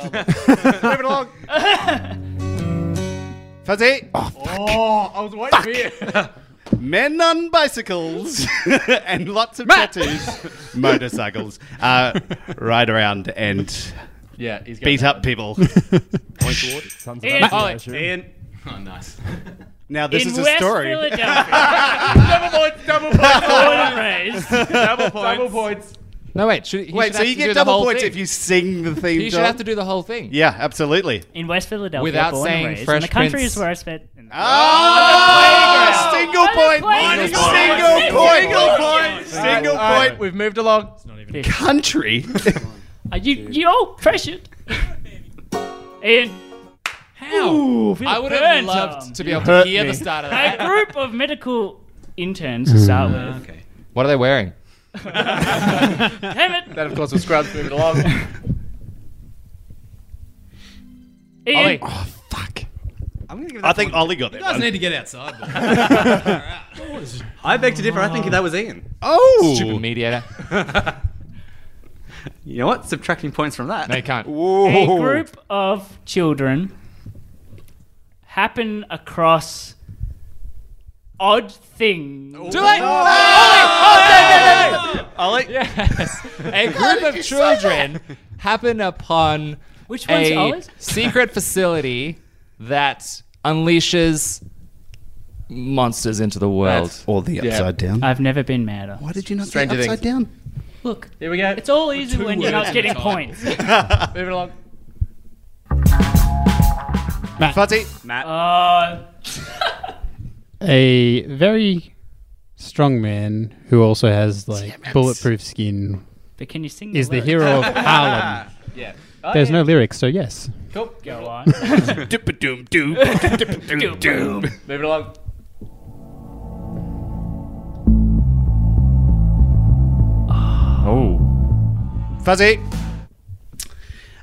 [SPEAKER 7] well,
[SPEAKER 2] Moving along. Fuzzy. Oh,
[SPEAKER 12] I was waiting for you.
[SPEAKER 2] Men on bicycles and lots of tattoos. Motorcycles. Uh, ride around and
[SPEAKER 7] Yeah, he's
[SPEAKER 2] beat up people.
[SPEAKER 12] Point toward. Sons
[SPEAKER 5] of Ian. Anarchy, I
[SPEAKER 12] Ian.
[SPEAKER 5] assume.
[SPEAKER 12] Oh, nice.
[SPEAKER 2] now this
[SPEAKER 5] In
[SPEAKER 2] is a
[SPEAKER 5] West
[SPEAKER 2] story.
[SPEAKER 5] Philadelphia.
[SPEAKER 7] double points, double points.
[SPEAKER 5] Born and raised.
[SPEAKER 12] Double points.
[SPEAKER 7] double points.
[SPEAKER 6] No, wait. Should, he
[SPEAKER 2] Wait,
[SPEAKER 6] should
[SPEAKER 2] so
[SPEAKER 6] have
[SPEAKER 2] you
[SPEAKER 6] to do
[SPEAKER 2] get
[SPEAKER 6] the
[SPEAKER 2] double
[SPEAKER 6] whole
[SPEAKER 2] points
[SPEAKER 6] thing.
[SPEAKER 2] if you sing the theme
[SPEAKER 6] He should
[SPEAKER 2] song?
[SPEAKER 6] have to do the whole thing.
[SPEAKER 2] yeah, absolutely.
[SPEAKER 5] In West Philadelphia.
[SPEAKER 6] Without
[SPEAKER 5] born and
[SPEAKER 6] saying
[SPEAKER 5] raised,
[SPEAKER 6] Fresh
[SPEAKER 5] in the country
[SPEAKER 6] Prince.
[SPEAKER 5] is where I spent. in the-
[SPEAKER 2] Ah, Oh, single
[SPEAKER 5] On the
[SPEAKER 2] point.
[SPEAKER 5] playground.
[SPEAKER 2] Single
[SPEAKER 5] On the
[SPEAKER 2] point.
[SPEAKER 5] playground.
[SPEAKER 2] Single point. Single
[SPEAKER 7] All right,
[SPEAKER 2] point.
[SPEAKER 7] we've moved along.
[SPEAKER 2] Country.
[SPEAKER 5] Are Uh, you you all pressured? Ian. How?
[SPEAKER 6] I would have loved to be able to
[SPEAKER 13] hurt
[SPEAKER 6] hear
[SPEAKER 13] me.
[SPEAKER 6] the start of
[SPEAKER 5] A
[SPEAKER 6] that.
[SPEAKER 5] group of medical interns
[SPEAKER 6] Hmm.
[SPEAKER 5] to start with.
[SPEAKER 12] Okay.
[SPEAKER 6] What are they wearing?
[SPEAKER 5] Damn it,
[SPEAKER 7] That, of course, was Scrubs moving along. Oh,
[SPEAKER 5] Ian.
[SPEAKER 8] I'm gonna give that
[SPEAKER 2] I think
[SPEAKER 8] one-
[SPEAKER 2] Ollie got that
[SPEAKER 12] You guys
[SPEAKER 2] one.
[SPEAKER 12] need to get outside. boys. Alright.
[SPEAKER 8] I beg to differ. I think that was Ian.
[SPEAKER 2] Oh.
[SPEAKER 6] Stupid mediator.
[SPEAKER 8] You know what? Subtracting points from that.
[SPEAKER 6] No, you can't.
[SPEAKER 5] A
[SPEAKER 12] Oh.
[SPEAKER 5] group of children happen across odd things.
[SPEAKER 12] Oh.
[SPEAKER 6] Too late!
[SPEAKER 8] Ollie. Yeah.
[SPEAKER 6] A group of children happen upon
[SPEAKER 5] Which one's
[SPEAKER 6] a
[SPEAKER 5] Ollie's?
[SPEAKER 6] secret facility that unleashes monsters into the world.
[SPEAKER 2] Or the upside down.
[SPEAKER 6] Uh,
[SPEAKER 5] I've never been madder.
[SPEAKER 2] Why did you not
[SPEAKER 7] Stranger
[SPEAKER 2] say upside down?
[SPEAKER 5] Look,
[SPEAKER 7] Here we go.
[SPEAKER 5] it's all easy when you're
[SPEAKER 12] words
[SPEAKER 5] not
[SPEAKER 12] at
[SPEAKER 5] getting
[SPEAKER 12] a time.
[SPEAKER 5] points.
[SPEAKER 7] moving along.
[SPEAKER 2] Fuzzy.
[SPEAKER 5] Uh,
[SPEAKER 1] a very strong man who also has like bulletproof skin
[SPEAKER 5] but can you sing?
[SPEAKER 1] is the
[SPEAKER 5] lyrics?
[SPEAKER 1] hero of Harlem.
[SPEAKER 7] Yeah.
[SPEAKER 1] There's no lyrics, so yes.
[SPEAKER 7] Cool. Go
[SPEAKER 5] Go
[SPEAKER 7] along.
[SPEAKER 5] on.
[SPEAKER 2] Dip-a-doom, doom. Dip-a-doom, doom.
[SPEAKER 7] Moving along.
[SPEAKER 13] Oh.
[SPEAKER 2] Fuzzy.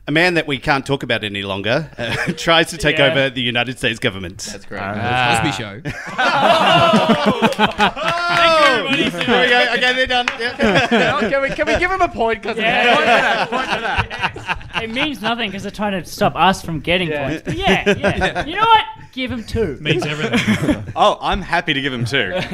[SPEAKER 2] A man that we can't talk about any longer uh, tries to take
[SPEAKER 5] Yeah.
[SPEAKER 2] over the United States government.
[SPEAKER 7] That's great.
[SPEAKER 12] Cosby Show.
[SPEAKER 2] oh!
[SPEAKER 5] Thank you, everybody.
[SPEAKER 2] There we go. Okay, they're done. Yeah.
[SPEAKER 7] Now, can, we, can we give him a point? Because
[SPEAKER 5] Yeah. It means nothing because they're trying to stop us from getting points. But yeah, yeah, You know what? Give him two.
[SPEAKER 9] Means everything.
[SPEAKER 8] Oh, I'm happy to give him two.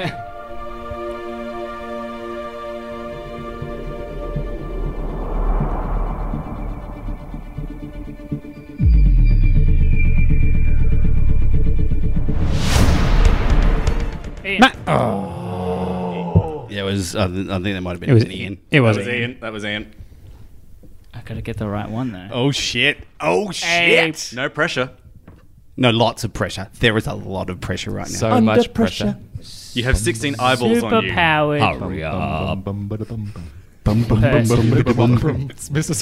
[SPEAKER 5] Ian.
[SPEAKER 2] Yeah, it was. I, th- I think that might have been
[SPEAKER 1] It was
[SPEAKER 2] Ian.
[SPEAKER 1] It was
[SPEAKER 2] That was
[SPEAKER 1] Ian.
[SPEAKER 2] Ian. That was Ian.
[SPEAKER 5] I gotta get the right one though.
[SPEAKER 2] Oh shit! Oh
[SPEAKER 5] Hey.
[SPEAKER 2] shit!
[SPEAKER 8] No pressure.
[SPEAKER 2] No, lots of pressure. There is a lot of pressure right now.
[SPEAKER 6] So much pressure.
[SPEAKER 8] You have 16 eyeballs on you.
[SPEAKER 5] Superpowered.
[SPEAKER 2] Hurry up.
[SPEAKER 5] person.
[SPEAKER 6] It's Mr.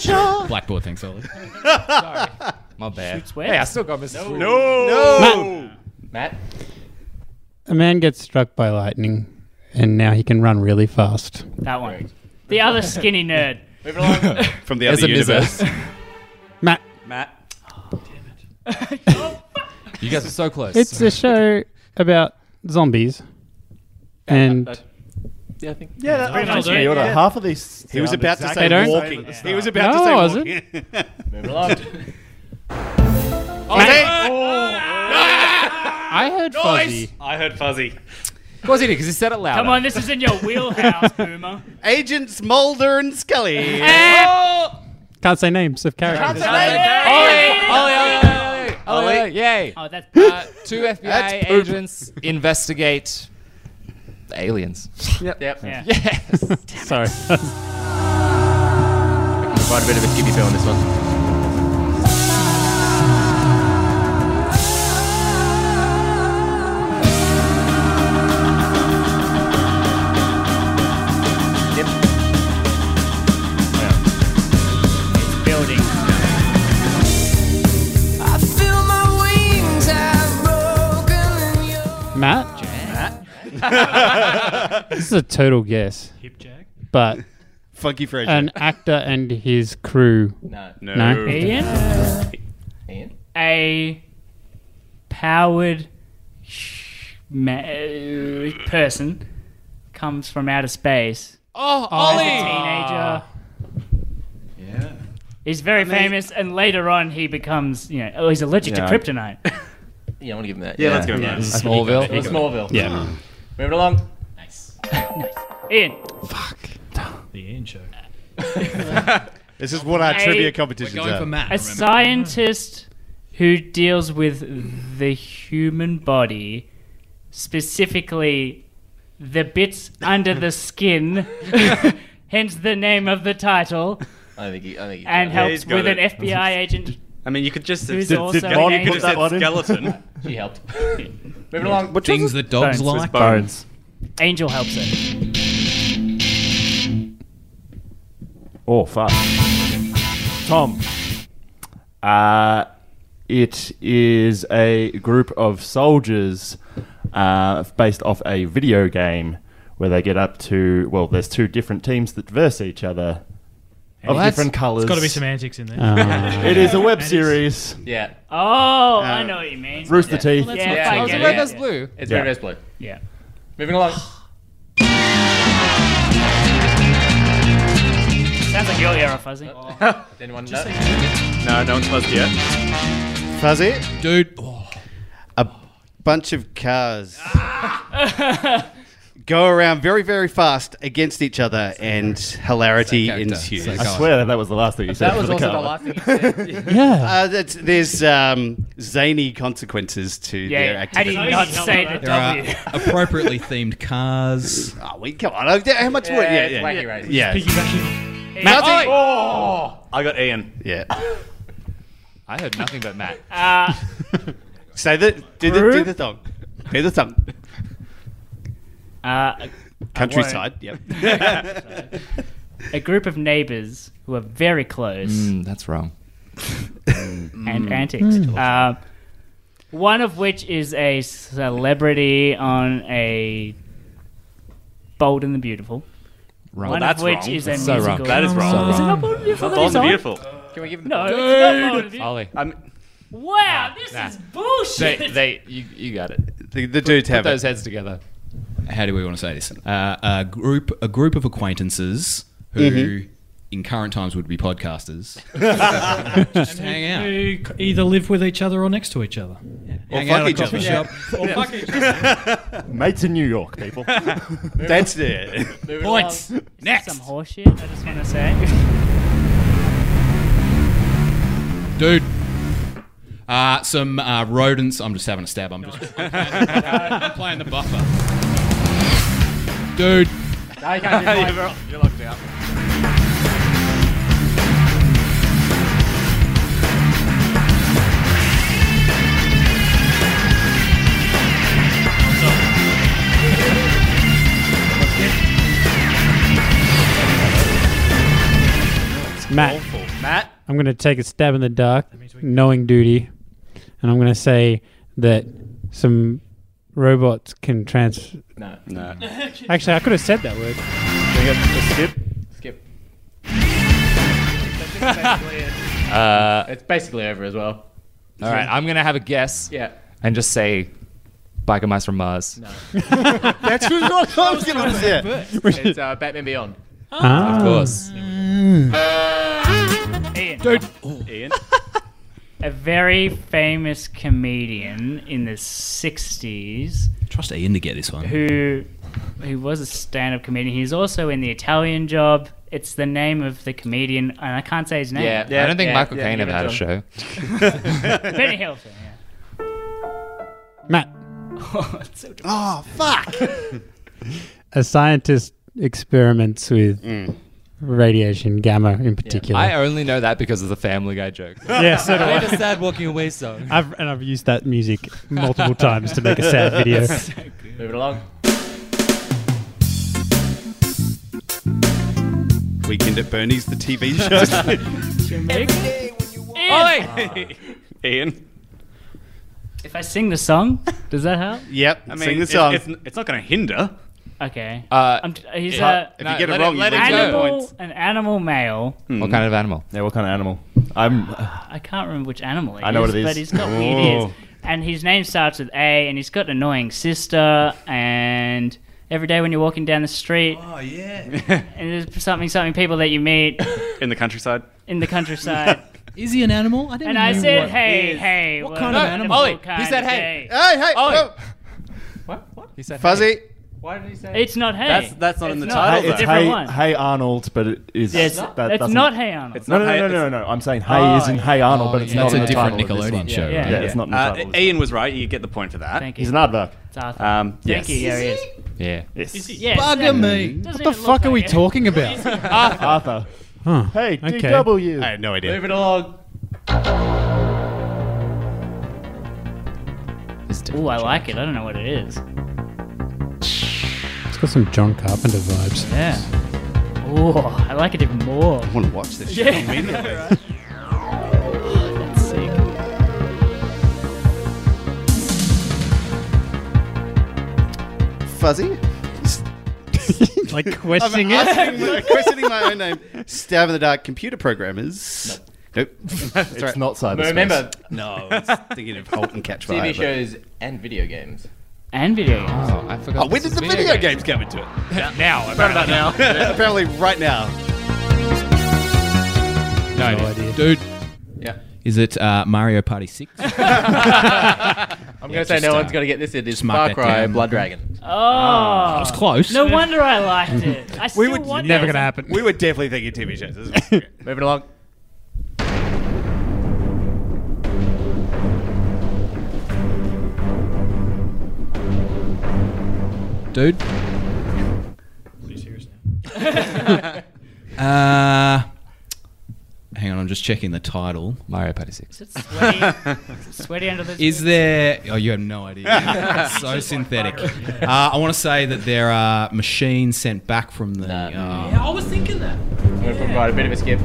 [SPEAKER 6] Squirrel.
[SPEAKER 12] Blackboard, thanks, Ollie.
[SPEAKER 6] My bad.
[SPEAKER 5] Sweat.
[SPEAKER 6] Hey, I still got Mr. Squirrel.
[SPEAKER 2] No.
[SPEAKER 7] Matt.
[SPEAKER 1] A man gets struck by lightning and now he can run really fast.
[SPEAKER 5] That one. The other skinny nerd.
[SPEAKER 7] Moving along.
[SPEAKER 2] From the
[SPEAKER 6] There's
[SPEAKER 2] other
[SPEAKER 6] a
[SPEAKER 2] universe.
[SPEAKER 6] missus.
[SPEAKER 1] Matt,
[SPEAKER 8] Matt.
[SPEAKER 6] You guys are so close.
[SPEAKER 1] it's a show about zombies. And
[SPEAKER 7] yeah, I think.
[SPEAKER 13] Yeah, that,
[SPEAKER 5] pretty much it,
[SPEAKER 13] You're right.
[SPEAKER 5] yeah.
[SPEAKER 13] Half of these.
[SPEAKER 2] He was
[SPEAKER 13] sound
[SPEAKER 2] about to
[SPEAKER 13] exactly
[SPEAKER 1] They
[SPEAKER 2] say
[SPEAKER 1] don't?
[SPEAKER 2] walking.
[SPEAKER 5] Yeah.
[SPEAKER 2] He was about
[SPEAKER 1] No,
[SPEAKER 2] to
[SPEAKER 1] was
[SPEAKER 2] say
[SPEAKER 1] it?
[SPEAKER 2] walking.
[SPEAKER 7] Moving along.
[SPEAKER 1] I heard Fuzzy.
[SPEAKER 8] I heard fuzzy.
[SPEAKER 6] Of course he did, because he said it loud.
[SPEAKER 5] Come on, this is in your wheelhouse, Boomer.
[SPEAKER 2] Agents Mulder and Scully.
[SPEAKER 1] Can't say names of characters.
[SPEAKER 6] Ollie! Ollie! Ollie! Ollie! Ollie! Yay!
[SPEAKER 5] Oh, that's
[SPEAKER 6] Uh, two FBI agents investigate the aliens.
[SPEAKER 7] Yep.
[SPEAKER 5] Yeah.
[SPEAKER 6] Yes.
[SPEAKER 1] Sorry.
[SPEAKER 7] Quite a bit of a skippy feel on this one.
[SPEAKER 5] building.
[SPEAKER 1] Matt? Matt? this is a total guess.
[SPEAKER 9] Hip jag.
[SPEAKER 1] but
[SPEAKER 2] Funky Frazier.
[SPEAKER 1] an actor and his crew.
[SPEAKER 2] No.
[SPEAKER 1] no?
[SPEAKER 5] Ian? A powered sh- ma- uh, person comes from outer space.
[SPEAKER 6] Oh,
[SPEAKER 5] As a
[SPEAKER 6] Ollie!
[SPEAKER 5] teenager.
[SPEAKER 14] Yeah.
[SPEAKER 5] He's very famous, and later on he becomes, you know, oh, he's allergic
[SPEAKER 7] Yeah.
[SPEAKER 5] to kryptonite.
[SPEAKER 7] Yeah, I want to give him that.
[SPEAKER 5] Yeah, let's give him that. Smallville.
[SPEAKER 7] Or Smallville.
[SPEAKER 5] Yeah.
[SPEAKER 7] Move it along.
[SPEAKER 5] Ian.
[SPEAKER 9] The Ian show.
[SPEAKER 2] This is what our
[SPEAKER 5] A-
[SPEAKER 2] trivia competitions are.
[SPEAKER 5] A scientist who deals with the human body, specifically the bits under the skin, hence the name of the title,
[SPEAKER 7] I think he, I think he
[SPEAKER 5] and
[SPEAKER 8] Yeah,
[SPEAKER 5] helps
[SPEAKER 8] he's got
[SPEAKER 5] with
[SPEAKER 8] it.
[SPEAKER 5] an FBI agent.
[SPEAKER 8] I mean, you could just
[SPEAKER 5] Who's Did- also did Ron named- put that one in?
[SPEAKER 8] skeleton.
[SPEAKER 7] she helped.
[SPEAKER 5] Moving along. What
[SPEAKER 14] Things
[SPEAKER 5] was
[SPEAKER 14] that
[SPEAKER 5] it?
[SPEAKER 14] dogs
[SPEAKER 5] Bones.
[SPEAKER 14] like.
[SPEAKER 15] Bones.
[SPEAKER 5] Angel helps it.
[SPEAKER 15] Oh fuck. Tom. Uh, it is a group of soldiers uh, based off a video game where they get up to well, there's two different teams that verse each other of
[SPEAKER 9] What?
[SPEAKER 15] different
[SPEAKER 9] It's
[SPEAKER 15] colours.
[SPEAKER 9] gotta be semantics in there.
[SPEAKER 15] Uh, it is a web
[SPEAKER 9] Semantics.
[SPEAKER 15] series.
[SPEAKER 7] Yeah.
[SPEAKER 5] Oh, I
[SPEAKER 8] Uh,
[SPEAKER 5] know what you mean.
[SPEAKER 15] Rooster Teeth.
[SPEAKER 5] Well, that's not fun.
[SPEAKER 6] Oh,
[SPEAKER 7] I was like,
[SPEAKER 5] Yeah.
[SPEAKER 7] red,
[SPEAKER 5] Yeah.
[SPEAKER 7] that's blue. It's
[SPEAKER 15] Yeah.
[SPEAKER 7] red, that's blue.
[SPEAKER 5] Yeah.
[SPEAKER 7] Moving along.
[SPEAKER 5] Sounds like your era, Fuzzy.
[SPEAKER 8] Oh.
[SPEAKER 7] Anyone know?
[SPEAKER 8] No, no one's buzzed yet.
[SPEAKER 2] Fuzzy,
[SPEAKER 14] Dude. oh.
[SPEAKER 2] a bunch of cars go around very, very fast against each other, and hilarity ensues.
[SPEAKER 15] I swear that that was the last thing you said.
[SPEAKER 7] That was
[SPEAKER 15] for the
[SPEAKER 7] also
[SPEAKER 15] car.
[SPEAKER 7] the last thing you said.
[SPEAKER 1] Yeah.
[SPEAKER 2] Uh, that's, there's um, zany consequences to their
[SPEAKER 5] Yeah, how do
[SPEAKER 2] activities.
[SPEAKER 5] you not say the
[SPEAKER 14] There are
[SPEAKER 5] W?
[SPEAKER 14] Uh, appropriately themed cars.
[SPEAKER 2] Oh, wait, come on. Oh, How much more?
[SPEAKER 7] Yeah,
[SPEAKER 2] Yeah,
[SPEAKER 7] it's
[SPEAKER 2] yeah,
[SPEAKER 7] wacky
[SPEAKER 2] yeah.
[SPEAKER 7] races.
[SPEAKER 2] yeah.
[SPEAKER 5] Matt,
[SPEAKER 8] I got Ian.
[SPEAKER 2] Yeah.
[SPEAKER 6] Oh! I heard nothing but Matt.
[SPEAKER 5] uh,
[SPEAKER 2] Say the do the do the song. Do the song.
[SPEAKER 5] uh,
[SPEAKER 2] Countryside. Yep.
[SPEAKER 5] a group of neighbors who are very close
[SPEAKER 6] Mm, that's wrong.
[SPEAKER 5] and antics. Uh, one of which is a celebrity on a Bold and the Beautiful.
[SPEAKER 6] Wrong.
[SPEAKER 5] one
[SPEAKER 8] that's
[SPEAKER 5] of which
[SPEAKER 8] wrong.
[SPEAKER 5] is a
[SPEAKER 6] That's so wrong.
[SPEAKER 5] musical.
[SPEAKER 8] That is wrong.
[SPEAKER 6] So
[SPEAKER 5] Is it
[SPEAKER 6] wrong.
[SPEAKER 5] not Bold and the Beautiful? that
[SPEAKER 8] Bold
[SPEAKER 5] is
[SPEAKER 8] and
[SPEAKER 5] on?
[SPEAKER 8] beautiful.
[SPEAKER 7] Can we give him
[SPEAKER 5] No, it's not Bold and the Beautiful.
[SPEAKER 6] Ollie.
[SPEAKER 8] I'm,
[SPEAKER 5] Wow, this
[SPEAKER 6] Nah.
[SPEAKER 5] is bullshit.
[SPEAKER 6] They, they, you, you got it.
[SPEAKER 2] the, the dudes
[SPEAKER 6] Put
[SPEAKER 2] have
[SPEAKER 6] those
[SPEAKER 2] it.
[SPEAKER 6] heads together.
[SPEAKER 14] How do we want to say this? Uh, a group, a group of acquaintances who,
[SPEAKER 6] Mm-hmm.
[SPEAKER 14] in current times, would be podcasters. just hang out.
[SPEAKER 9] Who c- either live with each other or next to each other.
[SPEAKER 14] Or hang
[SPEAKER 2] fuck
[SPEAKER 14] out at a
[SPEAKER 2] each
[SPEAKER 14] coffee
[SPEAKER 2] other.
[SPEAKER 14] shop. Or fuck each other.
[SPEAKER 15] Mates in New York, people.
[SPEAKER 2] That's it.
[SPEAKER 14] Points. Next.
[SPEAKER 5] Um, Some horseshit. I just want to say.
[SPEAKER 14] Dude. Uh, some uh, rodents. I'm just having a stab. I'm just I'm playing, I'm playing the buffer. Dude.
[SPEAKER 7] No, you can't do it.
[SPEAKER 8] you're locked out.
[SPEAKER 1] Matt,
[SPEAKER 8] Matt.
[SPEAKER 1] I'm going to take a stab in the dark, knowing duty, and I'm going to say that some robots can trans.
[SPEAKER 7] No.
[SPEAKER 8] No.
[SPEAKER 1] Actually, I could have said that word.
[SPEAKER 7] Skip. Uh, it's basically over as well.
[SPEAKER 6] All right, I'm going to have a guess
[SPEAKER 7] Yeah.
[SPEAKER 6] and just say Biker Mice from Mars.
[SPEAKER 2] That's what I was gonna say.
[SPEAKER 7] It's uh, Batman Beyond.
[SPEAKER 1] Ah.
[SPEAKER 6] Of course.
[SPEAKER 5] Ian.
[SPEAKER 8] Ian.
[SPEAKER 5] A very famous comedian in the 60s
[SPEAKER 14] Trust Ian to get this one.
[SPEAKER 5] who who was a stand-up comedian. He's also in the Italian job. It's the name of the comedian, and I can't say his name.
[SPEAKER 6] Yeah, I don't think
[SPEAKER 7] yeah,
[SPEAKER 6] Michael
[SPEAKER 7] yeah,
[SPEAKER 6] Caine
[SPEAKER 7] give
[SPEAKER 6] ever
[SPEAKER 7] it
[SPEAKER 6] had a
[SPEAKER 7] to
[SPEAKER 6] show.
[SPEAKER 5] Benny Hilton. Yeah.
[SPEAKER 1] Matt,
[SPEAKER 5] Oh, it's so difficult.
[SPEAKER 2] Oh fuck.
[SPEAKER 1] a scientist experiments with radiation, gamma in particular.
[SPEAKER 6] I uh, only know that because of the Family Guy joke.
[SPEAKER 1] yeah, so do
[SPEAKER 6] I made a
[SPEAKER 1] I.
[SPEAKER 6] sad walking away song.
[SPEAKER 1] I've, and I've used that music multiple times to make a sad video.
[SPEAKER 7] Move it along.
[SPEAKER 2] Weekend at Bernie's, the TV show.
[SPEAKER 8] Ian.
[SPEAKER 5] If I sing the song, does that help?
[SPEAKER 2] yep.
[SPEAKER 8] I mean,
[SPEAKER 2] sing the
[SPEAKER 8] it's-
[SPEAKER 2] song.
[SPEAKER 8] It's, it's not going to hinder.
[SPEAKER 5] Okay.
[SPEAKER 6] Uh,
[SPEAKER 5] I'm, he's
[SPEAKER 6] yeah.
[SPEAKER 5] a
[SPEAKER 6] If you get it No, let wrong, it- you let win it two
[SPEAKER 5] animal,
[SPEAKER 6] points.
[SPEAKER 5] an animal male.
[SPEAKER 6] What kind of animal?
[SPEAKER 11] Yeah, what kind of animal? I'm.
[SPEAKER 5] I can't remember which animal it
[SPEAKER 11] I know
[SPEAKER 5] is,
[SPEAKER 11] what it is.
[SPEAKER 5] but he's got weird ears.
[SPEAKER 11] Oh.
[SPEAKER 5] And his name starts with A, and he's got an annoying sister, and every day when you're walking down the street, oh yeah, and there's something something people that you meet
[SPEAKER 8] in the countryside.
[SPEAKER 5] in the countryside.
[SPEAKER 16] Is he an animal? I
[SPEAKER 5] and I said, hey,
[SPEAKER 16] is-
[SPEAKER 5] hey,
[SPEAKER 16] What kind of animal?
[SPEAKER 5] what
[SPEAKER 16] Ollie, he
[SPEAKER 5] kind
[SPEAKER 16] said
[SPEAKER 5] of
[SPEAKER 16] hey.
[SPEAKER 5] day?
[SPEAKER 16] Hey, hey, Ollie. oh.
[SPEAKER 8] What? What?
[SPEAKER 6] He said
[SPEAKER 16] Fuzzy.
[SPEAKER 8] Why did he say?
[SPEAKER 5] It's not hey.
[SPEAKER 8] That's- that's not
[SPEAKER 5] It's
[SPEAKER 8] in the
[SPEAKER 5] not-
[SPEAKER 8] title,
[SPEAKER 5] It's a
[SPEAKER 8] though.
[SPEAKER 5] different
[SPEAKER 11] hey,
[SPEAKER 5] one.
[SPEAKER 11] hey Arnold, but it is.
[SPEAKER 5] Yeah, it's-
[SPEAKER 11] that
[SPEAKER 5] it's
[SPEAKER 11] doesn't-
[SPEAKER 5] not Hey Arnold.
[SPEAKER 8] It's
[SPEAKER 11] no,
[SPEAKER 8] not
[SPEAKER 11] no,
[SPEAKER 8] Hey-
[SPEAKER 11] no, no,
[SPEAKER 8] it's-
[SPEAKER 11] no, no. I'm saying hey
[SPEAKER 8] Oh,
[SPEAKER 11] is in Hey Arnold, but it's
[SPEAKER 8] yeah.
[SPEAKER 11] not
[SPEAKER 8] That's
[SPEAKER 11] in
[SPEAKER 8] a
[SPEAKER 11] the
[SPEAKER 8] different
[SPEAKER 11] title of this
[SPEAKER 8] Nickelodeon
[SPEAKER 11] one.
[SPEAKER 8] show,
[SPEAKER 11] Yeah,
[SPEAKER 8] right?
[SPEAKER 11] yeah, it's not in the
[SPEAKER 8] Uh,
[SPEAKER 11] title. of this
[SPEAKER 8] Ian was right. You get the point for that.
[SPEAKER 5] Thank
[SPEAKER 11] He's an aardvark.
[SPEAKER 5] It's Arthur.
[SPEAKER 8] Um, yes.
[SPEAKER 5] Thank you. There he is.
[SPEAKER 8] Yeah.
[SPEAKER 11] Yes.
[SPEAKER 5] Yes.
[SPEAKER 16] Bugger me.
[SPEAKER 5] Doesn't
[SPEAKER 16] What
[SPEAKER 5] even
[SPEAKER 16] the
[SPEAKER 5] look
[SPEAKER 16] fuck are
[SPEAKER 5] like
[SPEAKER 16] we
[SPEAKER 5] it.
[SPEAKER 16] talking about?
[SPEAKER 11] Arthur. Arthur.
[SPEAKER 1] Huh.
[SPEAKER 11] Hey,
[SPEAKER 1] Okay.
[SPEAKER 11] DW.
[SPEAKER 4] I had no idea.
[SPEAKER 8] Move it along.
[SPEAKER 5] Ooh, I like it. I don't know what it is.
[SPEAKER 1] It's got some John Carpenter vibes.
[SPEAKER 5] Yeah. Ooh, I like it even more. I
[SPEAKER 4] want to watch this
[SPEAKER 5] Yeah.
[SPEAKER 4] shit immediately.
[SPEAKER 5] Right. Oh, that's sick.
[SPEAKER 2] Fuzzy?
[SPEAKER 1] like questioning
[SPEAKER 2] I'm
[SPEAKER 1] it.
[SPEAKER 2] asking- uh, questioning my own name. Stab in the dark computer programmers. Nope.
[SPEAKER 11] It's not cyberspace.
[SPEAKER 7] No, remember-
[SPEAKER 2] No, it's thinking of Holt and Catchfire.
[SPEAKER 7] TV
[SPEAKER 2] but-
[SPEAKER 7] shows and video games.
[SPEAKER 5] And video games.
[SPEAKER 6] Oh, I forgot.
[SPEAKER 2] Oh, when did the video, games come into it?
[SPEAKER 7] Now, about, about now.
[SPEAKER 2] Apparently, right now.
[SPEAKER 10] No, idea. Dude.
[SPEAKER 7] Yeah.
[SPEAKER 10] Is it uh, Mario Party 6?
[SPEAKER 7] I'm gonna say no
[SPEAKER 11] uh,
[SPEAKER 7] one's gonna get this. It is Far Cry Blood Dragon.
[SPEAKER 5] Oh, I
[SPEAKER 10] was close.
[SPEAKER 5] No wonder I liked it. I still want that.
[SPEAKER 1] happen.
[SPEAKER 4] We were definitely thinking TV shows. This is-
[SPEAKER 7] Moving along.
[SPEAKER 10] Dude. Uh, hang on, I'm just checking the title.
[SPEAKER 6] Mario Party
[SPEAKER 5] Is
[SPEAKER 6] 6.
[SPEAKER 5] it sweaty? Is it sweaty under this?
[SPEAKER 10] Is there? Oh, you have no idea. so synthetic. Uh, I want to say that there are machines sent back from the. uh,
[SPEAKER 16] Yeah, I was thinking that.
[SPEAKER 7] I'm gonna provide a bit of a skip.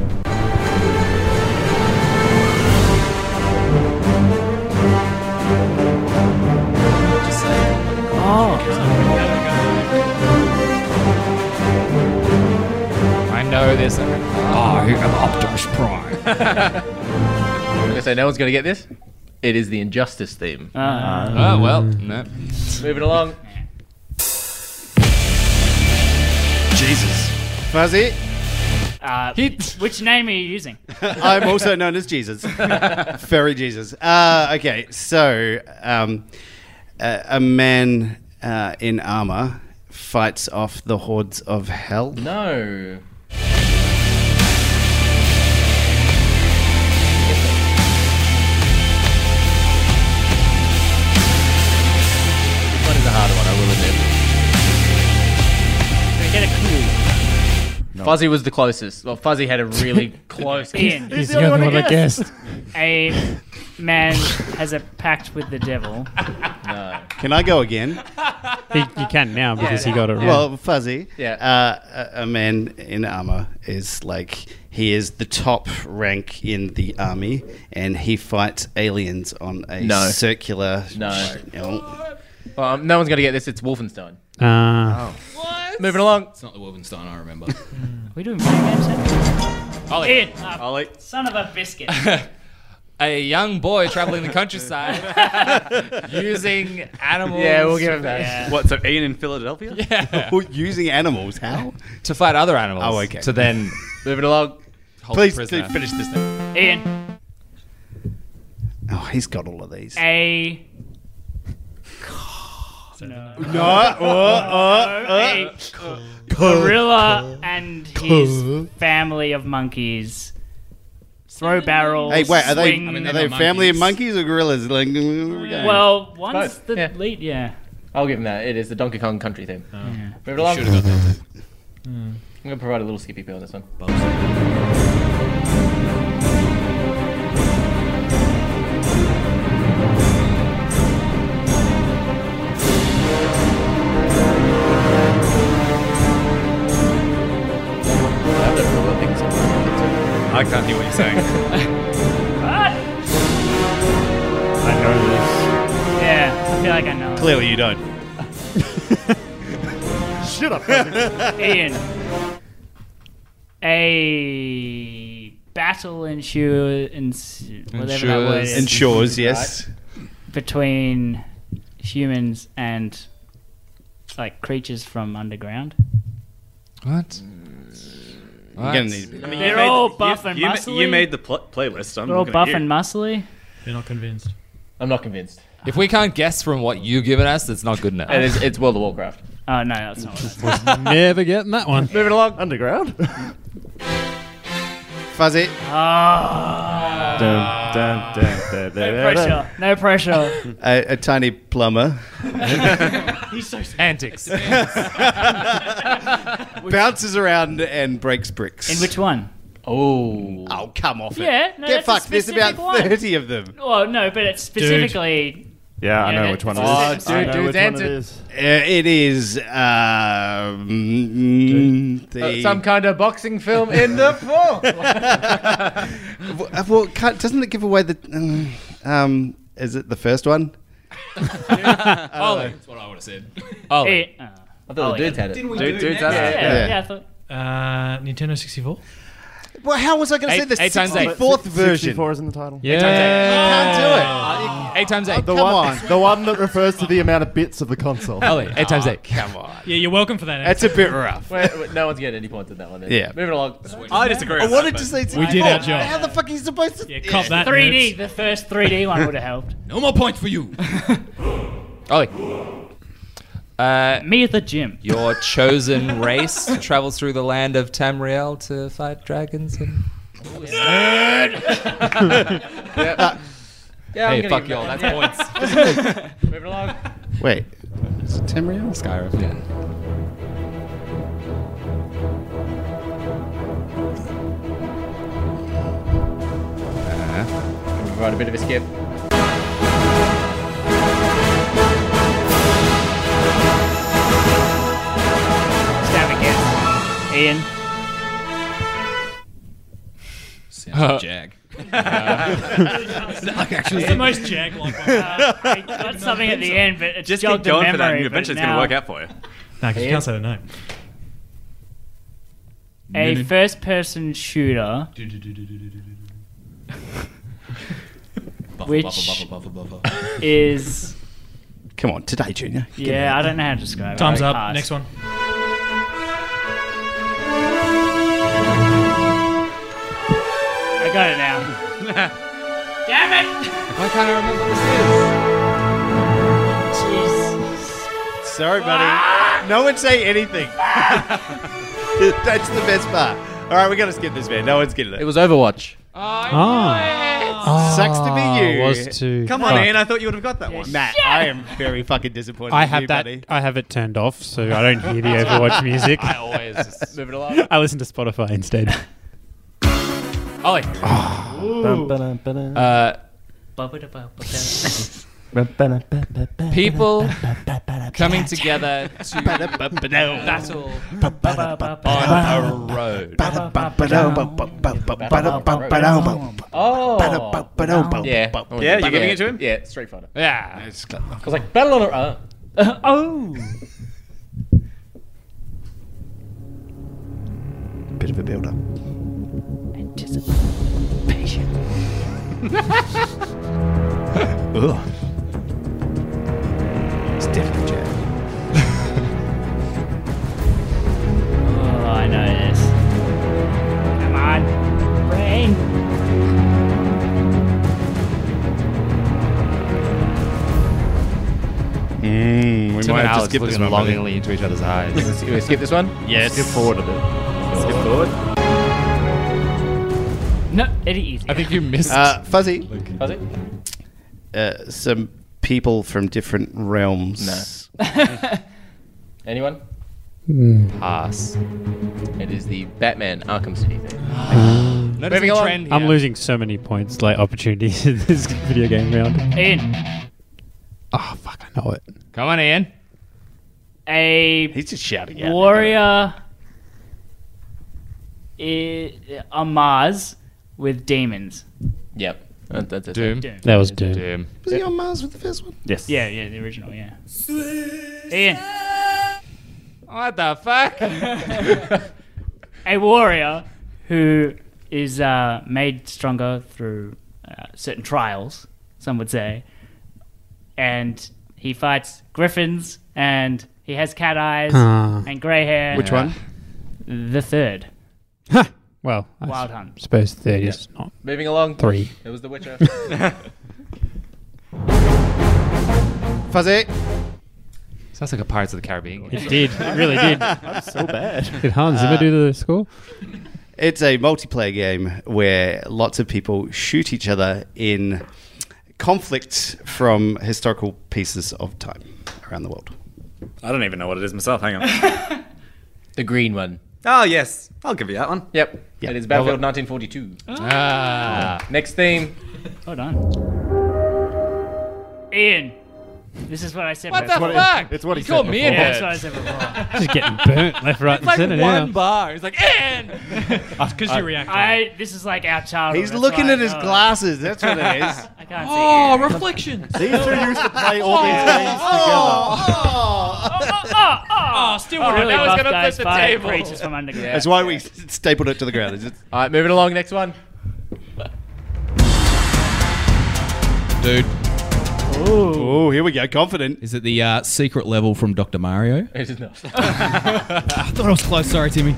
[SPEAKER 6] I know this. I am Optimus Prime.
[SPEAKER 7] I'm gonna say no one's gonna get this. It is the Injustice theme.
[SPEAKER 11] Uh.
[SPEAKER 10] Mm.
[SPEAKER 6] oh, well. No.
[SPEAKER 7] Moving along.
[SPEAKER 2] Jesus. Fuzzy.
[SPEAKER 5] Uh, Which name are you using?
[SPEAKER 2] I'm also known as Jesus. Fairy Jesus. Uh, okay, so um, a, a man uh, in armor fights off the hordes of hell.
[SPEAKER 7] No. This one is a hard one, I will admit.
[SPEAKER 5] Can we get a clue?
[SPEAKER 7] Fuzzy was the closest. Well, Fuzzy had a really close.
[SPEAKER 5] Ian.
[SPEAKER 1] He's the only one I guessed.
[SPEAKER 5] A man has a pact with the devil.
[SPEAKER 7] No.
[SPEAKER 2] Can I go again?
[SPEAKER 1] He, you can now because he got it wrong.
[SPEAKER 2] Well, Fuzzy.
[SPEAKER 7] Yeah.
[SPEAKER 2] Uh, a, a man in armor is like he is the top rank in the army, and he fights aliens on a
[SPEAKER 7] No.
[SPEAKER 2] circular.
[SPEAKER 7] No.
[SPEAKER 2] Oh.
[SPEAKER 7] Um, no one's gonna get this. It's Wolfenstein.
[SPEAKER 1] uh,
[SPEAKER 7] Moving along.
[SPEAKER 10] It's not the Wolfenstein I remember.
[SPEAKER 5] we doing video games? now?
[SPEAKER 6] Ollie.
[SPEAKER 5] Ian, ah,
[SPEAKER 8] Ollie.
[SPEAKER 5] son of a biscuit.
[SPEAKER 6] A young boy traveling the countryside using animals.
[SPEAKER 7] Yeah, we'll give him that.
[SPEAKER 5] Yeah.
[SPEAKER 8] What? So Ian in Philadelphia?
[SPEAKER 6] Yeah.
[SPEAKER 2] Well, Using animals, how?
[SPEAKER 6] to fight other animals.
[SPEAKER 2] Oh, okay.
[SPEAKER 6] To then
[SPEAKER 7] Moving along.
[SPEAKER 6] hold
[SPEAKER 2] please,
[SPEAKER 6] prisoner.
[SPEAKER 2] please finish this thing.
[SPEAKER 5] Ian,
[SPEAKER 2] Oh, he's got all of these.
[SPEAKER 5] a. No.
[SPEAKER 2] No, uh,
[SPEAKER 5] A gorilla and his family of monkeys throw barrels.
[SPEAKER 2] Hey, wait, are they
[SPEAKER 5] swing-
[SPEAKER 2] are they family of monkeys or gorillas? Like,
[SPEAKER 5] Well, once
[SPEAKER 7] Both,
[SPEAKER 5] the
[SPEAKER 7] yeah.
[SPEAKER 5] lead, yeah.
[SPEAKER 7] I'll give him that. It is the Donkey Kong Country theme.
[SPEAKER 11] Oh.
[SPEAKER 5] Yeah.
[SPEAKER 7] Moving along.
[SPEAKER 10] Should have got that.
[SPEAKER 7] I'm gonna provide a little skippy poo on this one.
[SPEAKER 8] I can't hear what you're saying.
[SPEAKER 5] What?
[SPEAKER 11] I know
[SPEAKER 5] Yeah, I feel like I know. it.
[SPEAKER 2] clearly you don't. Shut up.
[SPEAKER 5] Ian. A battle insurance, whatever that word
[SPEAKER 2] Ensures.
[SPEAKER 5] is.
[SPEAKER 2] Ensures, yes.
[SPEAKER 5] Between humans and like creatures from underground.
[SPEAKER 6] What?
[SPEAKER 2] You're gonna need a bit.
[SPEAKER 16] I mean, you
[SPEAKER 5] They're
[SPEAKER 16] made-
[SPEAKER 5] all
[SPEAKER 16] you-
[SPEAKER 5] buff and
[SPEAKER 16] you, ma-
[SPEAKER 5] muscly.
[SPEAKER 16] You made the pl- playlist. I'm
[SPEAKER 5] They're all
[SPEAKER 16] looking at
[SPEAKER 5] buff
[SPEAKER 16] you.
[SPEAKER 5] and muscly.
[SPEAKER 9] You're not convinced.
[SPEAKER 7] I'm not convinced.
[SPEAKER 6] If we can't guess from what you've given us, it's not good enough.
[SPEAKER 7] It is, it's World of Warcraft.
[SPEAKER 5] Oh no, that's not. What
[SPEAKER 1] Was never getting that one.
[SPEAKER 7] Moving along. Underground.
[SPEAKER 2] Fuzzy.
[SPEAKER 5] Ah.
[SPEAKER 2] Dun, dun, dun, dun, dun,
[SPEAKER 5] no pressure. No pressure.
[SPEAKER 2] A, a tiny plumber
[SPEAKER 5] He's so
[SPEAKER 6] antics.
[SPEAKER 2] bounces around and breaks bricks.
[SPEAKER 5] In which one?
[SPEAKER 2] Oh. Oh, come off it.
[SPEAKER 5] Yeah, no,
[SPEAKER 2] Get
[SPEAKER 5] that's a
[SPEAKER 2] fucked. There's
[SPEAKER 5] specific
[SPEAKER 2] about
[SPEAKER 5] one.
[SPEAKER 2] 30 of them.
[SPEAKER 5] Well, no, but it's specifically.
[SPEAKER 11] Yeah, I
[SPEAKER 5] Yeah,
[SPEAKER 11] know
[SPEAKER 5] that-
[SPEAKER 11] which one it
[SPEAKER 5] Oh,
[SPEAKER 11] is.
[SPEAKER 5] dude,
[SPEAKER 11] I know
[SPEAKER 5] dude,
[SPEAKER 11] which one
[SPEAKER 5] that's
[SPEAKER 11] it
[SPEAKER 5] it.
[SPEAKER 11] is.
[SPEAKER 2] Uh, it is um, the
[SPEAKER 7] Some kind of boxing film in the fall.
[SPEAKER 2] W- uh, well, can't, doesn't it give away the? Um, um, is it the first one?
[SPEAKER 10] Ollie. That's what I would have said.
[SPEAKER 5] Ollie. Uh,
[SPEAKER 7] I thought the dudes had it.
[SPEAKER 16] Didn't we
[SPEAKER 7] Dude-
[SPEAKER 16] do
[SPEAKER 7] dudes
[SPEAKER 16] that?
[SPEAKER 7] had it.
[SPEAKER 5] yeah,
[SPEAKER 2] Yeah.
[SPEAKER 5] yeah, I thought.
[SPEAKER 9] Uh, Nintendo 64.
[SPEAKER 2] Well, how was I going
[SPEAKER 6] Eight-
[SPEAKER 2] to say
[SPEAKER 6] eight
[SPEAKER 2] the
[SPEAKER 6] times eight.
[SPEAKER 2] sixty-fourth version?
[SPEAKER 11] 64 is in the title.
[SPEAKER 1] Yeah.
[SPEAKER 16] Uh,
[SPEAKER 6] Eight times eight.
[SPEAKER 11] The one, the one that refers to the amount of bits of the console.
[SPEAKER 6] Ollie, eight times eight.
[SPEAKER 2] Come on,
[SPEAKER 9] Yeah, you're welcome for that.
[SPEAKER 2] that's a bit rough.
[SPEAKER 7] Wait, wait, no one's getting any points in that one. Then.
[SPEAKER 2] Yeah. Oh,
[SPEAKER 7] Moving along.
[SPEAKER 16] I disagree.
[SPEAKER 2] I
[SPEAKER 16] on
[SPEAKER 2] wanted
[SPEAKER 16] that,
[SPEAKER 2] to
[SPEAKER 16] but-
[SPEAKER 2] say
[SPEAKER 9] We did our
[SPEAKER 2] 64.
[SPEAKER 9] job.
[SPEAKER 2] How the fuck are you supposed to?
[SPEAKER 9] Yeah, cop that.
[SPEAKER 5] 3D,
[SPEAKER 9] nerds.
[SPEAKER 5] the first 3D one would have helped.
[SPEAKER 10] No more points for you.
[SPEAKER 6] Ollie. Uh,
[SPEAKER 5] Me at the gym.
[SPEAKER 6] your chosen race travels through the land of Tamriel to fight dragons and.
[SPEAKER 7] Yeah,
[SPEAKER 6] hey, fuck y'all. That's points.
[SPEAKER 7] Moving along.
[SPEAKER 2] Wait, is it Tamriel?
[SPEAKER 6] Skyrim.
[SPEAKER 7] Right, a bit of a skip.
[SPEAKER 5] Stab again. Ian.
[SPEAKER 10] Sounds like jag. like actually,
[SPEAKER 9] It's the most jag like one.
[SPEAKER 5] Uh, I got something at the end, but it's
[SPEAKER 16] Just keep
[SPEAKER 5] jogged the
[SPEAKER 16] going for that, and
[SPEAKER 5] memory. but
[SPEAKER 16] eventually it's
[SPEAKER 5] now-
[SPEAKER 16] gonna work out for you.
[SPEAKER 9] No, because you can't say the name.
[SPEAKER 5] A
[SPEAKER 10] Minute.
[SPEAKER 5] first person shooter.
[SPEAKER 10] Buffer,
[SPEAKER 5] Which-
[SPEAKER 10] buffer, buffer, buffer, buffer.
[SPEAKER 5] is
[SPEAKER 2] Come on, today, Junior.
[SPEAKER 5] yeah, I don't know how to describe it.
[SPEAKER 9] Time's
[SPEAKER 5] I
[SPEAKER 9] up.
[SPEAKER 5] pass.
[SPEAKER 9] Next one.
[SPEAKER 5] I got it now. Damn it!
[SPEAKER 6] Why can't I remember what
[SPEAKER 5] Jeez.
[SPEAKER 2] Sorry, buddy. No one say anything. That's the best part. All right, we got to skip this, man. No one's getting it.
[SPEAKER 7] It was Overwatch.
[SPEAKER 2] Sucks to be
[SPEAKER 7] Uh,
[SPEAKER 2] you.
[SPEAKER 1] Was to
[SPEAKER 16] Come on,
[SPEAKER 1] Fuck.
[SPEAKER 16] Ian. I thought you would have got that one.
[SPEAKER 2] Matt, I am very fucking disappointed.
[SPEAKER 1] I
[SPEAKER 2] in
[SPEAKER 1] have
[SPEAKER 2] you,
[SPEAKER 1] that.
[SPEAKER 2] Buddy.
[SPEAKER 1] I have it turned off, so I don't hear the Overwatch music.
[SPEAKER 6] I always just.
[SPEAKER 7] Moving along.
[SPEAKER 1] I listen to Spotify instead.
[SPEAKER 6] Ollie. Ah. Uh, people coming together to battle on a road.
[SPEAKER 7] Oh. Yeah.
[SPEAKER 16] Yeah, you're giving it to him.
[SPEAKER 7] Yeah, Street Fighter. I
[SPEAKER 6] Yeah.
[SPEAKER 7] was like, Battle on a. Uh,
[SPEAKER 5] oh.
[SPEAKER 2] Bit of a build-up.
[SPEAKER 5] Anticipation.
[SPEAKER 2] Ugh. It's definitely Jack.
[SPEAKER 5] Oh, I know this. Come on, brain.
[SPEAKER 2] Mm, we
[SPEAKER 6] Tim
[SPEAKER 2] might have
[SPEAKER 6] and
[SPEAKER 2] to
[SPEAKER 6] Alex
[SPEAKER 2] skip this
[SPEAKER 6] looking
[SPEAKER 2] one. buddy.
[SPEAKER 6] longingly into each other's eyes.
[SPEAKER 7] you wanna skip this one?
[SPEAKER 2] Yes.
[SPEAKER 11] Skip forward a bit.
[SPEAKER 16] Skip forward.
[SPEAKER 5] No, it is.
[SPEAKER 6] I think you missed.
[SPEAKER 2] Uh, Fuzzy,
[SPEAKER 7] Was it?
[SPEAKER 2] uh, some people from different realms.
[SPEAKER 7] Anyone?
[SPEAKER 6] pass.
[SPEAKER 7] It is the Batman Arkham City thing.
[SPEAKER 6] Noticing
[SPEAKER 7] along.
[SPEAKER 6] trend here.
[SPEAKER 1] I'm losing so many points, like opportunities in this video game round.
[SPEAKER 5] Ian.
[SPEAKER 1] Oh fuck, I know it.
[SPEAKER 6] Come on, Ian.
[SPEAKER 5] A
[SPEAKER 2] He's just shouting out.
[SPEAKER 5] warrior i- on Mars with demons.
[SPEAKER 7] Yep. That- that's it.
[SPEAKER 6] Doom.
[SPEAKER 5] Doom.
[SPEAKER 1] That was Doom.
[SPEAKER 6] Doom.
[SPEAKER 2] Was he on Mars with the first one?
[SPEAKER 11] Yes.
[SPEAKER 5] Yeah, yeah, the original, yeah. Ian.
[SPEAKER 6] What the fuck?
[SPEAKER 5] a warrior who is uh, made stronger through uh, certain trials, some would say, and he fights griffins and he has cat eyes
[SPEAKER 1] Ah.
[SPEAKER 5] and grey hair.
[SPEAKER 1] Which one?
[SPEAKER 5] The third.
[SPEAKER 1] Well, I
[SPEAKER 5] Wild
[SPEAKER 1] s-
[SPEAKER 5] Hunt.
[SPEAKER 1] suppose third is not.
[SPEAKER 7] Moving along.
[SPEAKER 1] Three.
[SPEAKER 7] It was The Witcher.
[SPEAKER 2] Fuzzy.
[SPEAKER 6] Sounds like a Pirates of the Caribbean. game.
[SPEAKER 1] It did. It really did.
[SPEAKER 2] That's so bad.
[SPEAKER 1] Did Hans Zimmer
[SPEAKER 2] Uh,
[SPEAKER 1] do the score?
[SPEAKER 2] It's a multiplayer game where lots of people shoot each other in conflicts from historical pieces of time around the world.
[SPEAKER 16] I don't even know what it is myself. Hang on.
[SPEAKER 7] the green one.
[SPEAKER 16] Oh yes, I'll give you that one.
[SPEAKER 7] Yep.
[SPEAKER 16] Yeah.
[SPEAKER 7] It is Battlefield 1942.
[SPEAKER 6] Ah.
[SPEAKER 7] Next theme.
[SPEAKER 5] Hold on. Ian, this is what I said.
[SPEAKER 6] What
[SPEAKER 5] before.
[SPEAKER 6] the fuck? You called me in.
[SPEAKER 5] Yeah, that's what I said before.
[SPEAKER 1] Just getting burnt left, right, and
[SPEAKER 6] It's like
[SPEAKER 1] center
[SPEAKER 6] one
[SPEAKER 1] now.
[SPEAKER 6] bar. He's like, and
[SPEAKER 9] It's because you react.
[SPEAKER 5] I. This is like our childhood.
[SPEAKER 2] He's
[SPEAKER 5] that's
[SPEAKER 2] looking
[SPEAKER 5] why I
[SPEAKER 2] at his
[SPEAKER 5] know it.
[SPEAKER 2] glasses. That's what it is.
[SPEAKER 5] I can't
[SPEAKER 6] oh,
[SPEAKER 5] see. it.
[SPEAKER 6] reflections.
[SPEAKER 11] These two used to play all these games
[SPEAKER 2] Oh,
[SPEAKER 11] together.
[SPEAKER 5] Oh, oh, oh,
[SPEAKER 9] Oh, still
[SPEAKER 5] oh,
[SPEAKER 9] wanna
[SPEAKER 5] really
[SPEAKER 9] know.
[SPEAKER 5] buff
[SPEAKER 6] gonna flip
[SPEAKER 5] guys
[SPEAKER 6] the
[SPEAKER 5] fight
[SPEAKER 6] table.
[SPEAKER 5] creatures from underground.
[SPEAKER 2] That's why we s- stapled it to the ground. It's just-
[SPEAKER 7] All right, moving along. Next one.
[SPEAKER 10] Dude,
[SPEAKER 2] Oh, here we go. Confident.
[SPEAKER 10] is it the uh, secret level from Dr. Mario?
[SPEAKER 7] It is not.
[SPEAKER 10] I thought I was close. Sorry, Timmy.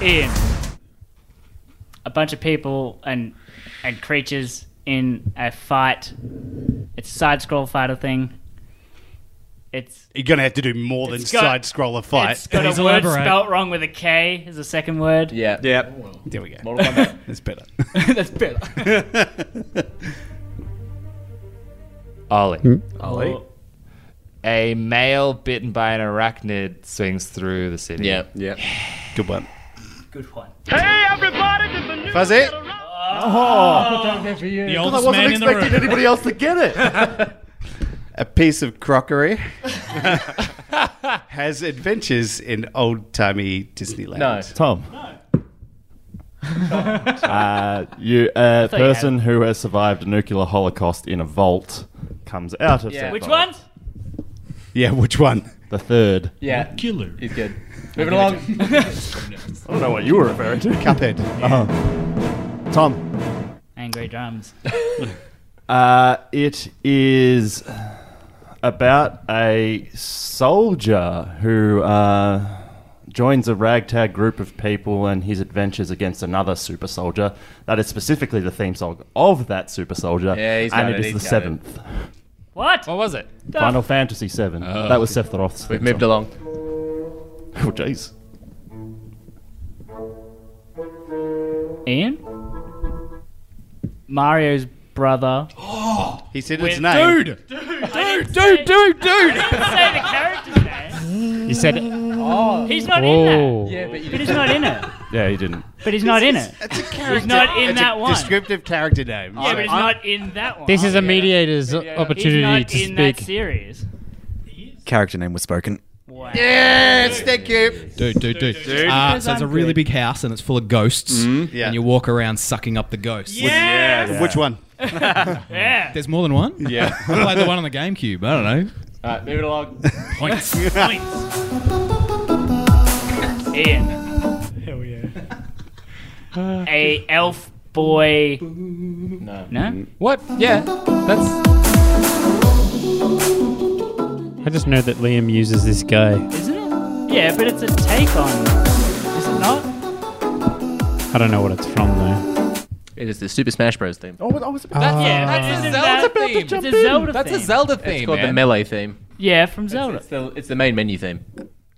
[SPEAKER 5] Ian. A bunch of people and and creatures in a fight. It's a side scroll fighter thing. It's
[SPEAKER 2] You're going to have to do more than
[SPEAKER 5] It's got-
[SPEAKER 2] side scroller fight.
[SPEAKER 5] It's got
[SPEAKER 9] Please
[SPEAKER 5] a word
[SPEAKER 9] elaborate.
[SPEAKER 5] spelt wrong with a K is the second word.
[SPEAKER 7] Yeah.
[SPEAKER 16] Yeah.
[SPEAKER 2] there we go.
[SPEAKER 7] Mortal Kombat.
[SPEAKER 2] It's better.
[SPEAKER 7] That's better.
[SPEAKER 6] Ollie.
[SPEAKER 11] Hmm?
[SPEAKER 7] Ollie.
[SPEAKER 6] A male bitten by an arachnid swings through the city.
[SPEAKER 7] Yeah.
[SPEAKER 16] Yeah.
[SPEAKER 2] Good one.
[SPEAKER 5] Good one.
[SPEAKER 2] Fuzzy.
[SPEAKER 9] The
[SPEAKER 11] I
[SPEAKER 9] oldest
[SPEAKER 11] wasn't
[SPEAKER 9] man in the
[SPEAKER 11] expecting
[SPEAKER 9] room.
[SPEAKER 11] anybody else to get it.
[SPEAKER 2] A piece of crockery has adventures in old timey Disneyland.
[SPEAKER 7] No.
[SPEAKER 11] Tom. uh, you, a
[SPEAKER 5] you had
[SPEAKER 11] person who has survived a nuclear holocaust in a vault comes out of
[SPEAKER 7] Yeah.
[SPEAKER 11] said
[SPEAKER 5] Which
[SPEAKER 11] vault.
[SPEAKER 5] one?
[SPEAKER 2] Yeah, which one?
[SPEAKER 11] The third.
[SPEAKER 7] Yeah.
[SPEAKER 9] Killer.
[SPEAKER 7] He's good. Moving along.
[SPEAKER 11] I don't know what you were referring to.
[SPEAKER 2] Cuphead.
[SPEAKER 11] Oh. Tom.
[SPEAKER 5] Angry drums.
[SPEAKER 11] Uh, it is about a soldier who uh, joins a ragtag group of people and his adventures against another super soldier. That is specifically the theme song of that super soldier.
[SPEAKER 7] Yeah, he's
[SPEAKER 11] and
[SPEAKER 7] got it,
[SPEAKER 11] it is
[SPEAKER 7] he's
[SPEAKER 11] the
[SPEAKER 7] got it.
[SPEAKER 11] seventh.
[SPEAKER 5] What?
[SPEAKER 6] What was it?
[SPEAKER 5] The
[SPEAKER 11] Final Fantasy VII.
[SPEAKER 7] Oh.
[SPEAKER 11] That was Seth Roth's.
[SPEAKER 7] We've moved along.
[SPEAKER 11] Oh, jeez.
[SPEAKER 5] Ian? Mario's brother.
[SPEAKER 2] He said its
[SPEAKER 5] With-
[SPEAKER 2] name.
[SPEAKER 5] Dude, dude, dude, dude! say the character's name.
[SPEAKER 1] You said it.
[SPEAKER 5] He's not in
[SPEAKER 1] Oh.
[SPEAKER 5] that.
[SPEAKER 7] Yeah, but you
[SPEAKER 5] But he's not in it.
[SPEAKER 11] Yeah, he didn't.
[SPEAKER 5] But he's not in it.
[SPEAKER 2] It's a character.
[SPEAKER 5] He's not in
[SPEAKER 2] it's
[SPEAKER 5] that
[SPEAKER 2] a
[SPEAKER 5] one.
[SPEAKER 2] Descriptive character name.
[SPEAKER 5] Yeah, but he's not in that one.
[SPEAKER 1] This is a mediator's
[SPEAKER 5] He's
[SPEAKER 1] opportunity
[SPEAKER 5] not
[SPEAKER 1] to
[SPEAKER 5] in that
[SPEAKER 1] speak.
[SPEAKER 5] series.
[SPEAKER 8] Character name was spoken.
[SPEAKER 5] Wow.
[SPEAKER 2] Yes, thank you.
[SPEAKER 10] Dude, dude, dude. Uh, so it's a really big house and it's full of ghosts.
[SPEAKER 2] Yeah.
[SPEAKER 10] And you walk around sucking up the ghosts.
[SPEAKER 5] Yes.
[SPEAKER 2] Which one?
[SPEAKER 5] Yeah.
[SPEAKER 10] There's more than one? Yeah. I played the one on the GameCube. I don't know.
[SPEAKER 7] All right, moving along.
[SPEAKER 10] Points.
[SPEAKER 5] Ian. Hell yeah. a elf boy.
[SPEAKER 7] No.
[SPEAKER 5] No?
[SPEAKER 6] What? Yeah. That's.
[SPEAKER 1] I just know that Liam uses this guy.
[SPEAKER 5] Isn't it? Yeah, but it's a take on. Is it not?
[SPEAKER 1] I don't know what it's from though.
[SPEAKER 7] It is the Super Smash Bros. theme.
[SPEAKER 11] Oh, I was about
[SPEAKER 6] That's,
[SPEAKER 1] Ah.
[SPEAKER 6] yeah,
[SPEAKER 5] Isn't
[SPEAKER 6] that's a
[SPEAKER 5] that-
[SPEAKER 6] Zelda theme.
[SPEAKER 5] It's a Zelda
[SPEAKER 6] That's a
[SPEAKER 5] theme.
[SPEAKER 6] Zelda theme.
[SPEAKER 7] It's called the
[SPEAKER 6] man.
[SPEAKER 7] melee theme.
[SPEAKER 5] Yeah, from Zelda.
[SPEAKER 7] It's the, it's the main menu theme.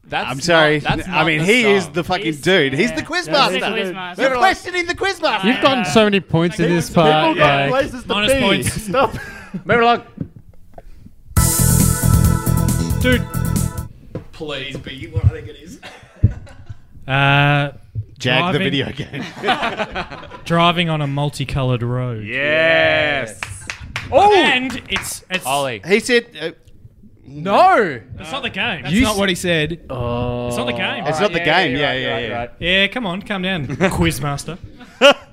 [SPEAKER 6] That's
[SPEAKER 2] I'm
[SPEAKER 6] not-
[SPEAKER 2] sorry.
[SPEAKER 6] that's
[SPEAKER 2] I
[SPEAKER 6] not
[SPEAKER 2] mean,
[SPEAKER 6] the
[SPEAKER 2] he is
[SPEAKER 6] song.
[SPEAKER 2] the fucking
[SPEAKER 5] He's-
[SPEAKER 2] dude. He's
[SPEAKER 5] yeah.
[SPEAKER 2] the quiz
[SPEAKER 5] Yeah, he's the
[SPEAKER 2] master.
[SPEAKER 5] quiz master.
[SPEAKER 2] You're questioning the quiz master.
[SPEAKER 1] You've gotten so many points in this
[SPEAKER 11] People
[SPEAKER 1] part.
[SPEAKER 11] got
[SPEAKER 1] Like,
[SPEAKER 11] places to
[SPEAKER 9] Minus
[SPEAKER 11] be.
[SPEAKER 9] points.
[SPEAKER 11] Stop.
[SPEAKER 7] Moving along.
[SPEAKER 9] Dude.
[SPEAKER 10] Please be what I think it is.
[SPEAKER 9] Uh,
[SPEAKER 2] Jag the
[SPEAKER 9] driving-
[SPEAKER 2] video game.
[SPEAKER 9] Driving on a multicolored road.
[SPEAKER 16] Yes.
[SPEAKER 9] Oh! And it's. it's
[SPEAKER 6] Ollie.
[SPEAKER 2] he said, uh,
[SPEAKER 7] No.
[SPEAKER 9] It's not the game.
[SPEAKER 10] That's not what he said.
[SPEAKER 7] Oh.
[SPEAKER 9] It's not the game.
[SPEAKER 2] It's not the game. Yeah, yeah,
[SPEAKER 7] right,
[SPEAKER 2] yeah.
[SPEAKER 7] right, right.
[SPEAKER 9] yeah, come on, calm down, Quizmaster.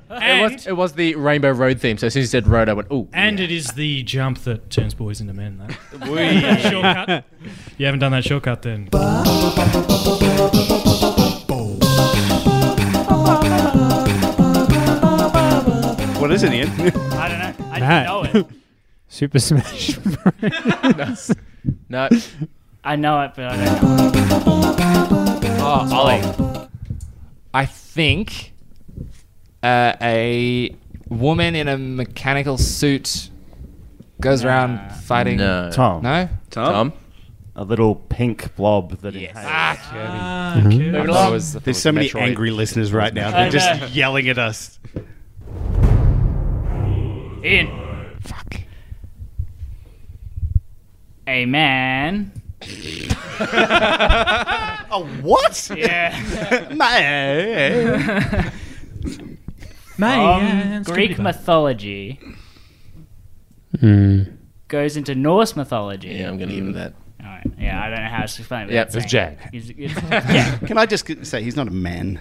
[SPEAKER 7] it, was, it was the Rainbow Road theme. So as soon as you said road, I went, ooh.
[SPEAKER 9] And it is the jump that turns boys into men. That
[SPEAKER 7] Wee.
[SPEAKER 9] That shortcut. You haven't done that shortcut then.
[SPEAKER 2] What is it, Ian?
[SPEAKER 5] I don't know. I
[SPEAKER 1] Matt.
[SPEAKER 5] know it.
[SPEAKER 1] Super Smash Bros.
[SPEAKER 7] No.
[SPEAKER 5] I know it, but I don't know.
[SPEAKER 6] Oh, Ollie. I think uh, a woman in a mechanical suit goes around fighting.
[SPEAKER 7] No.
[SPEAKER 11] Tom.
[SPEAKER 6] No?
[SPEAKER 7] Tom?
[SPEAKER 11] A little pink blob that
[SPEAKER 6] Yes.
[SPEAKER 11] inhales.
[SPEAKER 6] Ah, Kirby.
[SPEAKER 11] I
[SPEAKER 6] Kirby. Move it
[SPEAKER 11] thought
[SPEAKER 6] along.
[SPEAKER 11] it was- I thought it
[SPEAKER 2] There's
[SPEAKER 11] was
[SPEAKER 2] so many
[SPEAKER 11] Metroid.
[SPEAKER 2] angry listeners right now.
[SPEAKER 5] I
[SPEAKER 2] They're
[SPEAKER 5] know.
[SPEAKER 2] just yelling at us.
[SPEAKER 5] Ian. Fuck. A man.
[SPEAKER 2] A what?
[SPEAKER 5] Yeah.
[SPEAKER 2] Man.
[SPEAKER 5] From
[SPEAKER 6] Um,
[SPEAKER 5] Um, Greek mythology
[SPEAKER 1] Hmm.
[SPEAKER 5] goes into Norse mythology.
[SPEAKER 7] Yeah, I'm going to give him that.
[SPEAKER 5] All right. Yeah, I don't know how to explain it. but
[SPEAKER 2] Yeah,
[SPEAKER 5] it's
[SPEAKER 2] it's
[SPEAKER 5] saying-
[SPEAKER 2] Jack.
[SPEAKER 5] He's- it's- yeah.
[SPEAKER 2] Can I just c- say he's not a man?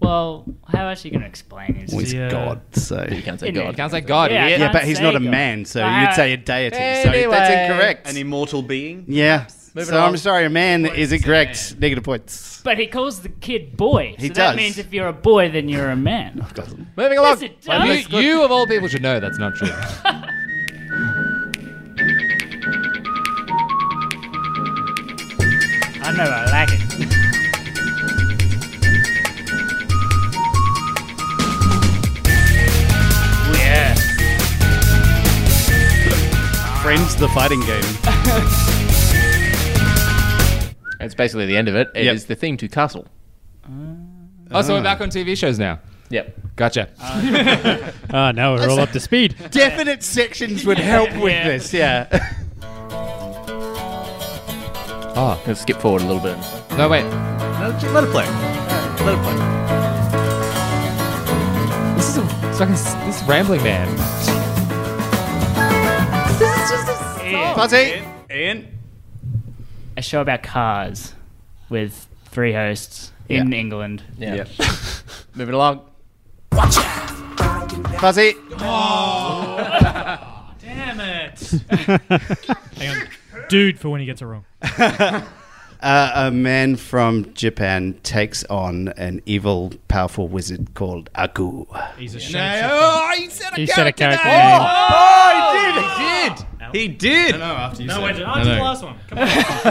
[SPEAKER 5] Well, how else are you going to explain it?
[SPEAKER 2] Well, he's God, so you
[SPEAKER 7] can't
[SPEAKER 5] say Isn't God. it? You can't
[SPEAKER 6] say God,
[SPEAKER 5] Yeah, I idiot.
[SPEAKER 2] Yeah,
[SPEAKER 5] can't
[SPEAKER 2] but he's
[SPEAKER 5] say
[SPEAKER 2] not a
[SPEAKER 5] God.
[SPEAKER 2] man, so
[SPEAKER 5] But
[SPEAKER 2] you'd
[SPEAKER 5] how-
[SPEAKER 2] say a deity. So that's
[SPEAKER 5] Anyway.
[SPEAKER 2] incorrect.
[SPEAKER 8] An immortal being.
[SPEAKER 2] Yeah.
[SPEAKER 8] Moving
[SPEAKER 2] so
[SPEAKER 8] along.
[SPEAKER 2] I'm sorry, a man is incorrect. Negative points.
[SPEAKER 5] But he calls the kid boy. So
[SPEAKER 2] He
[SPEAKER 5] that
[SPEAKER 2] does.
[SPEAKER 5] means if you're a boy, then you're a man.
[SPEAKER 6] Moving along.
[SPEAKER 5] Yes, it does.
[SPEAKER 6] You, you, of all people, should know that's not true.
[SPEAKER 5] I know I like it. Yeah.
[SPEAKER 2] Friends, the fighting game.
[SPEAKER 7] It's basically the end of it. It is
[SPEAKER 6] Yep.
[SPEAKER 7] the theme to Castle.
[SPEAKER 6] Oh, so
[SPEAKER 7] Ah.
[SPEAKER 6] we're back on TV shows now.
[SPEAKER 7] Yep.
[SPEAKER 6] Gotcha.
[SPEAKER 1] Ah, now we're all up to speed.
[SPEAKER 2] Definite sections would help with this. Yeah.
[SPEAKER 7] Oh, let's skip forward a little bit.
[SPEAKER 6] No, wait.
[SPEAKER 7] Let it play. Let it play.
[SPEAKER 6] This is a fucking this rambling man.
[SPEAKER 10] Oh,
[SPEAKER 5] Ian.
[SPEAKER 2] Fuzzy.
[SPEAKER 16] Ian.
[SPEAKER 5] A show about cars with three hosts in England.
[SPEAKER 7] Yeah. Moving along.
[SPEAKER 2] Fuzzy.
[SPEAKER 9] Damn it. Hang on. Dude for when he gets it wrong.
[SPEAKER 2] Uh, a man from Japan takes on an evil, powerful wizard called Aku.
[SPEAKER 9] He's a
[SPEAKER 10] No,
[SPEAKER 9] shame.
[SPEAKER 10] oh, he said a
[SPEAKER 1] He
[SPEAKER 10] character.
[SPEAKER 1] said a character
[SPEAKER 10] name.
[SPEAKER 1] name.
[SPEAKER 10] Oh, he did.
[SPEAKER 8] He did.
[SPEAKER 10] No, no, after you
[SPEAKER 9] No,
[SPEAKER 10] said
[SPEAKER 9] wait,
[SPEAKER 10] it.
[SPEAKER 9] I did the last one. Come on.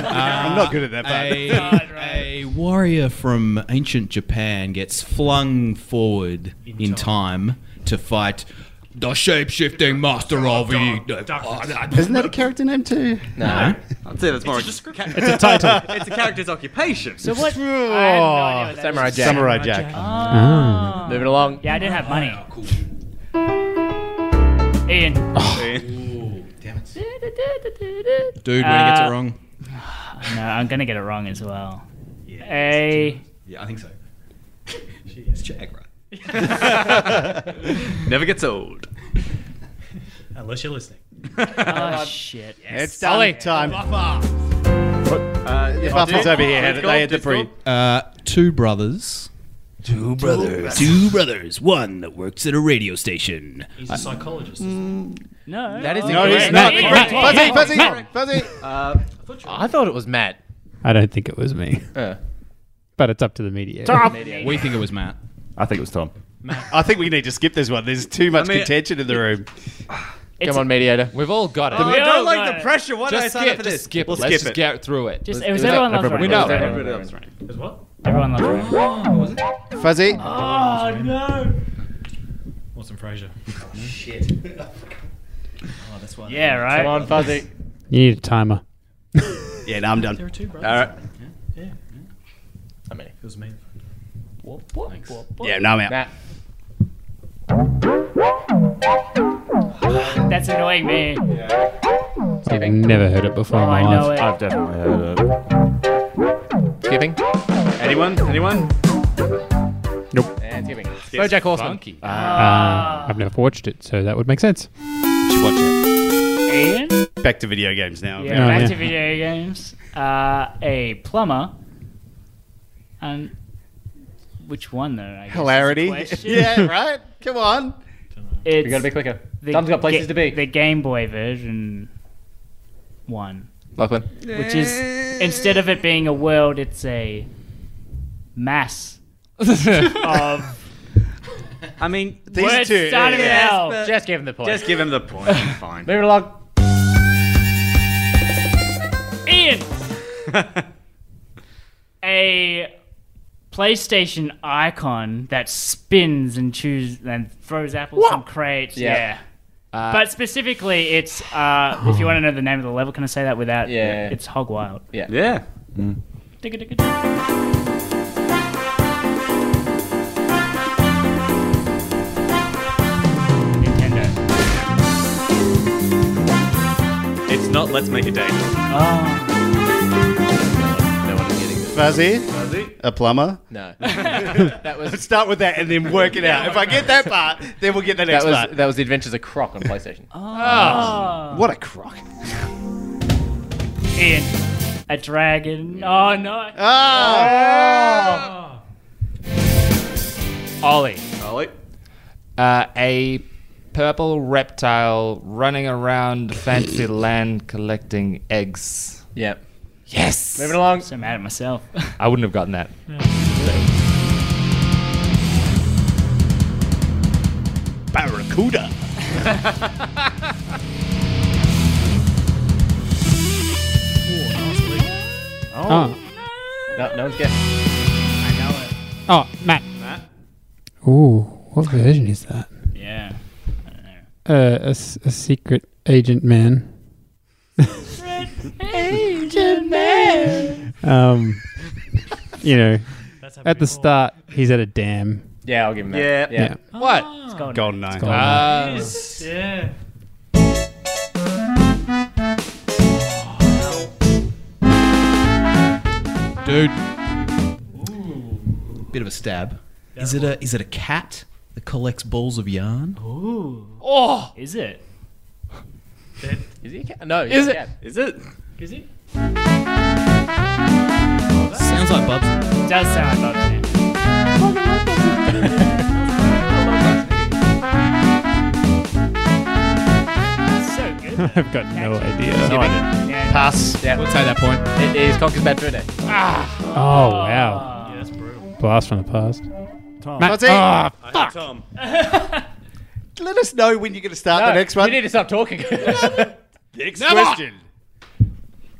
[SPEAKER 2] I'm not good at that part.
[SPEAKER 10] A, a warrior from ancient Japan gets flung forward in, time. to fight the shape-shifting master of E- Ah, the
[SPEAKER 2] Isn't that a character name too?
[SPEAKER 7] No.
[SPEAKER 8] I'd say that's more. It's a,
[SPEAKER 1] a title.
[SPEAKER 8] it's a character's occupation.
[SPEAKER 5] So what? I had no idea what that
[SPEAKER 7] Samurai
[SPEAKER 5] was.
[SPEAKER 7] Jack.
[SPEAKER 2] Samurai Jack.
[SPEAKER 5] Ah.
[SPEAKER 6] Um,
[SPEAKER 7] Moving along.
[SPEAKER 5] Yeah, I didn't have money.
[SPEAKER 10] Oh,
[SPEAKER 5] Ian.
[SPEAKER 10] Oh. dude when he gets it
[SPEAKER 5] Uh,
[SPEAKER 10] wrong.
[SPEAKER 5] No, I'm gonna get it wrong as well. A
[SPEAKER 10] Yeah, I think so. Chagra.
[SPEAKER 8] Never gets old.
[SPEAKER 9] Unless you're listening.
[SPEAKER 5] oh shit.
[SPEAKER 2] It's done time.
[SPEAKER 8] Uh,
[SPEAKER 2] The buffer's over here. had- They had to breathe.
[SPEAKER 10] Uh, two brothers.
[SPEAKER 4] Two brothers.
[SPEAKER 10] Two brothers. One that works at a radio station.
[SPEAKER 9] He's a psychologist.
[SPEAKER 5] No.
[SPEAKER 7] That is
[SPEAKER 2] No, he's
[SPEAKER 7] incorrect.
[SPEAKER 2] not.
[SPEAKER 5] Ian,
[SPEAKER 2] Correct.
[SPEAKER 5] Ian,
[SPEAKER 2] Fuzzy,
[SPEAKER 5] Ian.
[SPEAKER 2] fuzzy, fuzzy.
[SPEAKER 7] I thought it was Matt.
[SPEAKER 1] I don't think it was me,
[SPEAKER 7] Uh,
[SPEAKER 1] but it's up to the media.
[SPEAKER 10] We think it was Matt.
[SPEAKER 11] I think it was Tom.
[SPEAKER 2] I think we need to skip this one. There's too much
[SPEAKER 8] mean-
[SPEAKER 2] contention in the room.
[SPEAKER 7] come on, mediator.
[SPEAKER 6] We've all got it.
[SPEAKER 8] I
[SPEAKER 5] Oh, yeah.
[SPEAKER 8] don't
[SPEAKER 5] No,
[SPEAKER 8] like
[SPEAKER 5] no.
[SPEAKER 8] the pressure. Why did I
[SPEAKER 6] just
[SPEAKER 8] sign up
[SPEAKER 6] skip,
[SPEAKER 8] for
[SPEAKER 6] just
[SPEAKER 8] this?
[SPEAKER 6] skip.
[SPEAKER 2] We'll
[SPEAKER 6] Let's
[SPEAKER 2] skip
[SPEAKER 6] just
[SPEAKER 2] it.
[SPEAKER 6] get through it.
[SPEAKER 5] Just
[SPEAKER 6] Let's-
[SPEAKER 5] it was
[SPEAKER 6] let's-
[SPEAKER 5] everyone loves
[SPEAKER 6] We
[SPEAKER 5] Ryan.
[SPEAKER 6] know.
[SPEAKER 8] Everybody else, right.
[SPEAKER 9] As what?
[SPEAKER 5] Everyone loves Ryan.
[SPEAKER 2] Fuzzy.
[SPEAKER 5] Oh no.
[SPEAKER 9] Watson Fraser.
[SPEAKER 5] Yeah, right.
[SPEAKER 7] Come on, Fuzzy.
[SPEAKER 1] You need a timer.
[SPEAKER 2] Yeah, no, I'm done.
[SPEAKER 9] There are two brothers.
[SPEAKER 8] All right.
[SPEAKER 9] Yeah.
[SPEAKER 7] How many?
[SPEAKER 9] It was me.
[SPEAKER 2] Yeah, no, I'm out.
[SPEAKER 7] Matt.
[SPEAKER 5] That's annoying me.
[SPEAKER 1] I've never heard it before
[SPEAKER 5] Oh,
[SPEAKER 1] in my
[SPEAKER 5] I
[SPEAKER 1] life.
[SPEAKER 5] know it.
[SPEAKER 11] I've definitely heard it.
[SPEAKER 7] Skipping.
[SPEAKER 8] Anyone? Anyone?
[SPEAKER 7] And skipping. Bojack Horseman.
[SPEAKER 1] Uh, I've never watched it, so that would make sense.
[SPEAKER 2] Watch it.
[SPEAKER 5] Ian.
[SPEAKER 2] Back to video games now.
[SPEAKER 5] Yeah,
[SPEAKER 1] Oh,
[SPEAKER 5] back
[SPEAKER 1] yeah.
[SPEAKER 5] to video games. Uh, a plumber, and Which one though? I guess is the
[SPEAKER 2] Hilarity.
[SPEAKER 5] question.
[SPEAKER 2] Yeah, right? Come on.
[SPEAKER 5] It's
[SPEAKER 2] gotta be quicker.
[SPEAKER 5] the
[SPEAKER 2] Dom's got places
[SPEAKER 5] ga-
[SPEAKER 2] to be.
[SPEAKER 5] The Game Boy version one,
[SPEAKER 6] Lachlan.
[SPEAKER 5] which is instead of it being a world, it's a mass of.
[SPEAKER 8] I mean,
[SPEAKER 5] These Words two, started yeah. with L.
[SPEAKER 8] but-
[SPEAKER 17] Just give him the point.
[SPEAKER 16] Just give him the point. Fine.
[SPEAKER 17] Move along.
[SPEAKER 5] Ian! a PlayStation icon that spins and chews and throws apples from crates.
[SPEAKER 17] Yeah.
[SPEAKER 5] Yeah.
[SPEAKER 17] Uh,
[SPEAKER 5] but specifically, it's uh, if you want to know the name of the level, can I say that without?
[SPEAKER 17] Yeah.
[SPEAKER 5] It's Hog Wild.
[SPEAKER 7] Yeah.
[SPEAKER 16] Yeah.
[SPEAKER 5] Nintendo.
[SPEAKER 16] It's not Let's Make a Date.
[SPEAKER 2] Fuzzy?
[SPEAKER 16] Fuzzy?
[SPEAKER 2] A plumber?
[SPEAKER 7] No.
[SPEAKER 2] that was Let's start with that and then work it out. If I get that part, then we'll get the
[SPEAKER 7] That
[SPEAKER 2] next
[SPEAKER 7] was
[SPEAKER 2] part.
[SPEAKER 7] that was the Adventures of Croc on PlayStation.
[SPEAKER 5] Oh.
[SPEAKER 2] What a crock.
[SPEAKER 5] Ian. A dragon. Oh no.
[SPEAKER 2] Oh.
[SPEAKER 6] Ollie.
[SPEAKER 16] Ollie.
[SPEAKER 6] Uh, a purple reptile running around fancy land collecting eggs.
[SPEAKER 7] Yep.
[SPEAKER 6] Yes.
[SPEAKER 7] Moving along.
[SPEAKER 5] So mad at myself.
[SPEAKER 6] I wouldn't have gotten that.
[SPEAKER 2] Barracuda.
[SPEAKER 1] Oh.
[SPEAKER 7] No, no one's guessing.
[SPEAKER 1] Oh, Matt.
[SPEAKER 5] Matt?
[SPEAKER 1] Ooh, what version is that?
[SPEAKER 5] Yeah.
[SPEAKER 1] Uh, a, s- a secret agent man.
[SPEAKER 5] Agent Man.
[SPEAKER 1] Um, you know, at the start, he's at a dam.
[SPEAKER 7] Yeah, I'll give him that.
[SPEAKER 1] Yeah. Yeah.
[SPEAKER 6] What?
[SPEAKER 5] It's gone.
[SPEAKER 2] Goldeneye.
[SPEAKER 1] Goldeneye.
[SPEAKER 6] Ah.
[SPEAKER 5] Yeah.
[SPEAKER 10] Dude. Bit of a stab. Is it a is it a cat that collects balls of yarn?
[SPEAKER 5] Ooh.
[SPEAKER 6] Oh.
[SPEAKER 5] Is it?
[SPEAKER 7] Is he a cat? No. he's
[SPEAKER 6] Is
[SPEAKER 7] a
[SPEAKER 6] it?
[SPEAKER 7] cat.
[SPEAKER 16] Is it?
[SPEAKER 5] Is it?
[SPEAKER 10] Sounds like Bubs.
[SPEAKER 5] Does sound like Bubsy. so good.
[SPEAKER 1] I've got no idea.
[SPEAKER 5] Yeah.
[SPEAKER 2] Pass.
[SPEAKER 7] Yeah.
[SPEAKER 10] We'll take that point.
[SPEAKER 7] It is Conker's Bad Fur Day.
[SPEAKER 1] Oh, wow.
[SPEAKER 5] Yeah, that's brutal.
[SPEAKER 1] Blast from the past.
[SPEAKER 11] Tom.
[SPEAKER 1] Matt.
[SPEAKER 2] That's it.
[SPEAKER 1] Ah,
[SPEAKER 16] Fuck. Tom.
[SPEAKER 2] Let us know when you're going to start the next one.
[SPEAKER 7] You need to stop talking.
[SPEAKER 2] Next
[SPEAKER 10] Never.
[SPEAKER 2] question.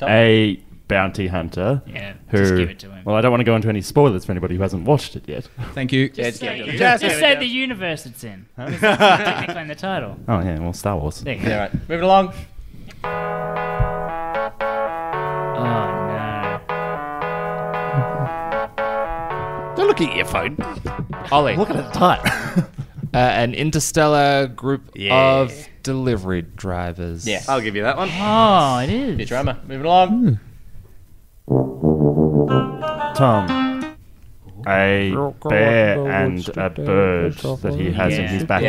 [SPEAKER 11] a bounty hunter.
[SPEAKER 5] Yeah,
[SPEAKER 11] who,
[SPEAKER 5] just give it to him.
[SPEAKER 11] Well, I don't want to go into any spoilers for anybody who hasn't watched it yet.
[SPEAKER 10] Thank you.
[SPEAKER 7] Yeah, it's good.
[SPEAKER 5] Just,
[SPEAKER 7] Yeah,
[SPEAKER 5] say
[SPEAKER 7] yeah.
[SPEAKER 5] the universe it's in. It's technically in the title.
[SPEAKER 11] Oh yeah, well, Star Wars.
[SPEAKER 5] There you
[SPEAKER 7] Yeah,
[SPEAKER 5] go.
[SPEAKER 7] right. Moving along.
[SPEAKER 5] Oh no.
[SPEAKER 2] Don't look at your phone.
[SPEAKER 6] Ollie.
[SPEAKER 11] Look at the time.
[SPEAKER 6] Uh, an interstellar group
[SPEAKER 2] Yeah.
[SPEAKER 6] of delivery drivers.
[SPEAKER 7] Yeah.
[SPEAKER 16] I'll give you that one.
[SPEAKER 5] Oh, it is.
[SPEAKER 7] Bit drama. Moving along.
[SPEAKER 11] Tom. A bear and a bird that he has in his backpack.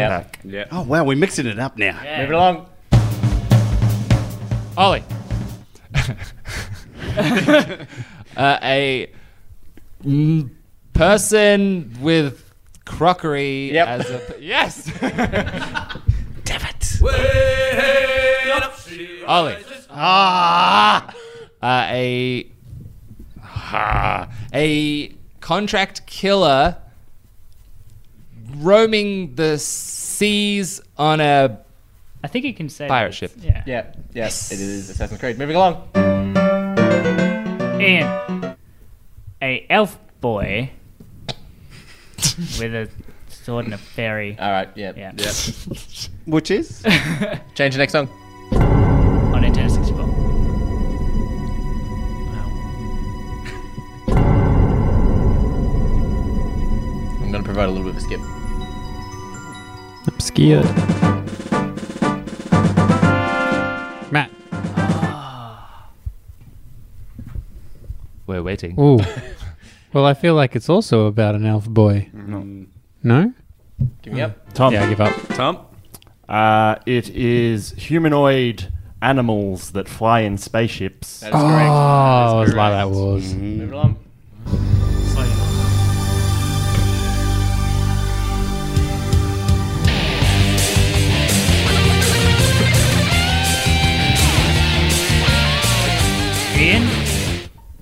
[SPEAKER 7] Yeah.
[SPEAKER 16] Yeah.
[SPEAKER 2] Oh, wow. We're mixing it up now.
[SPEAKER 5] Yeah.
[SPEAKER 7] Moving along.
[SPEAKER 6] Ollie. uh, a mm, person with crockery
[SPEAKER 7] Yep.
[SPEAKER 6] as a yes. Damn it. Ollie.
[SPEAKER 2] Ah.
[SPEAKER 6] Uh, a Ah, a contract killer roaming the seas on a
[SPEAKER 5] I think you can say
[SPEAKER 6] pirate ship.
[SPEAKER 5] Yeah.
[SPEAKER 7] Yeah. Yes. It is Assassin's Creed. Moving along.
[SPEAKER 5] Ian. A elf boy with a sword and a fairy.
[SPEAKER 6] Uh,
[SPEAKER 7] All right. Yeah.
[SPEAKER 5] Yeah.
[SPEAKER 2] Which is?
[SPEAKER 7] Change the next song.
[SPEAKER 5] On Nintendo 64.
[SPEAKER 7] I'm gonna provide a little bit of a skip.
[SPEAKER 1] I'm scared. Matt.
[SPEAKER 6] We're waiting.
[SPEAKER 1] Ooh. well, I feel like it's also about an elf boy. No?
[SPEAKER 7] Give me up.
[SPEAKER 11] Tom.
[SPEAKER 1] Yeah, I give up.
[SPEAKER 16] Tom.
[SPEAKER 11] Uh, it is humanoid animals that fly in spaceships.
[SPEAKER 7] That is
[SPEAKER 1] Oh,
[SPEAKER 7] correct.
[SPEAKER 1] I was like that was.
[SPEAKER 7] Moving along.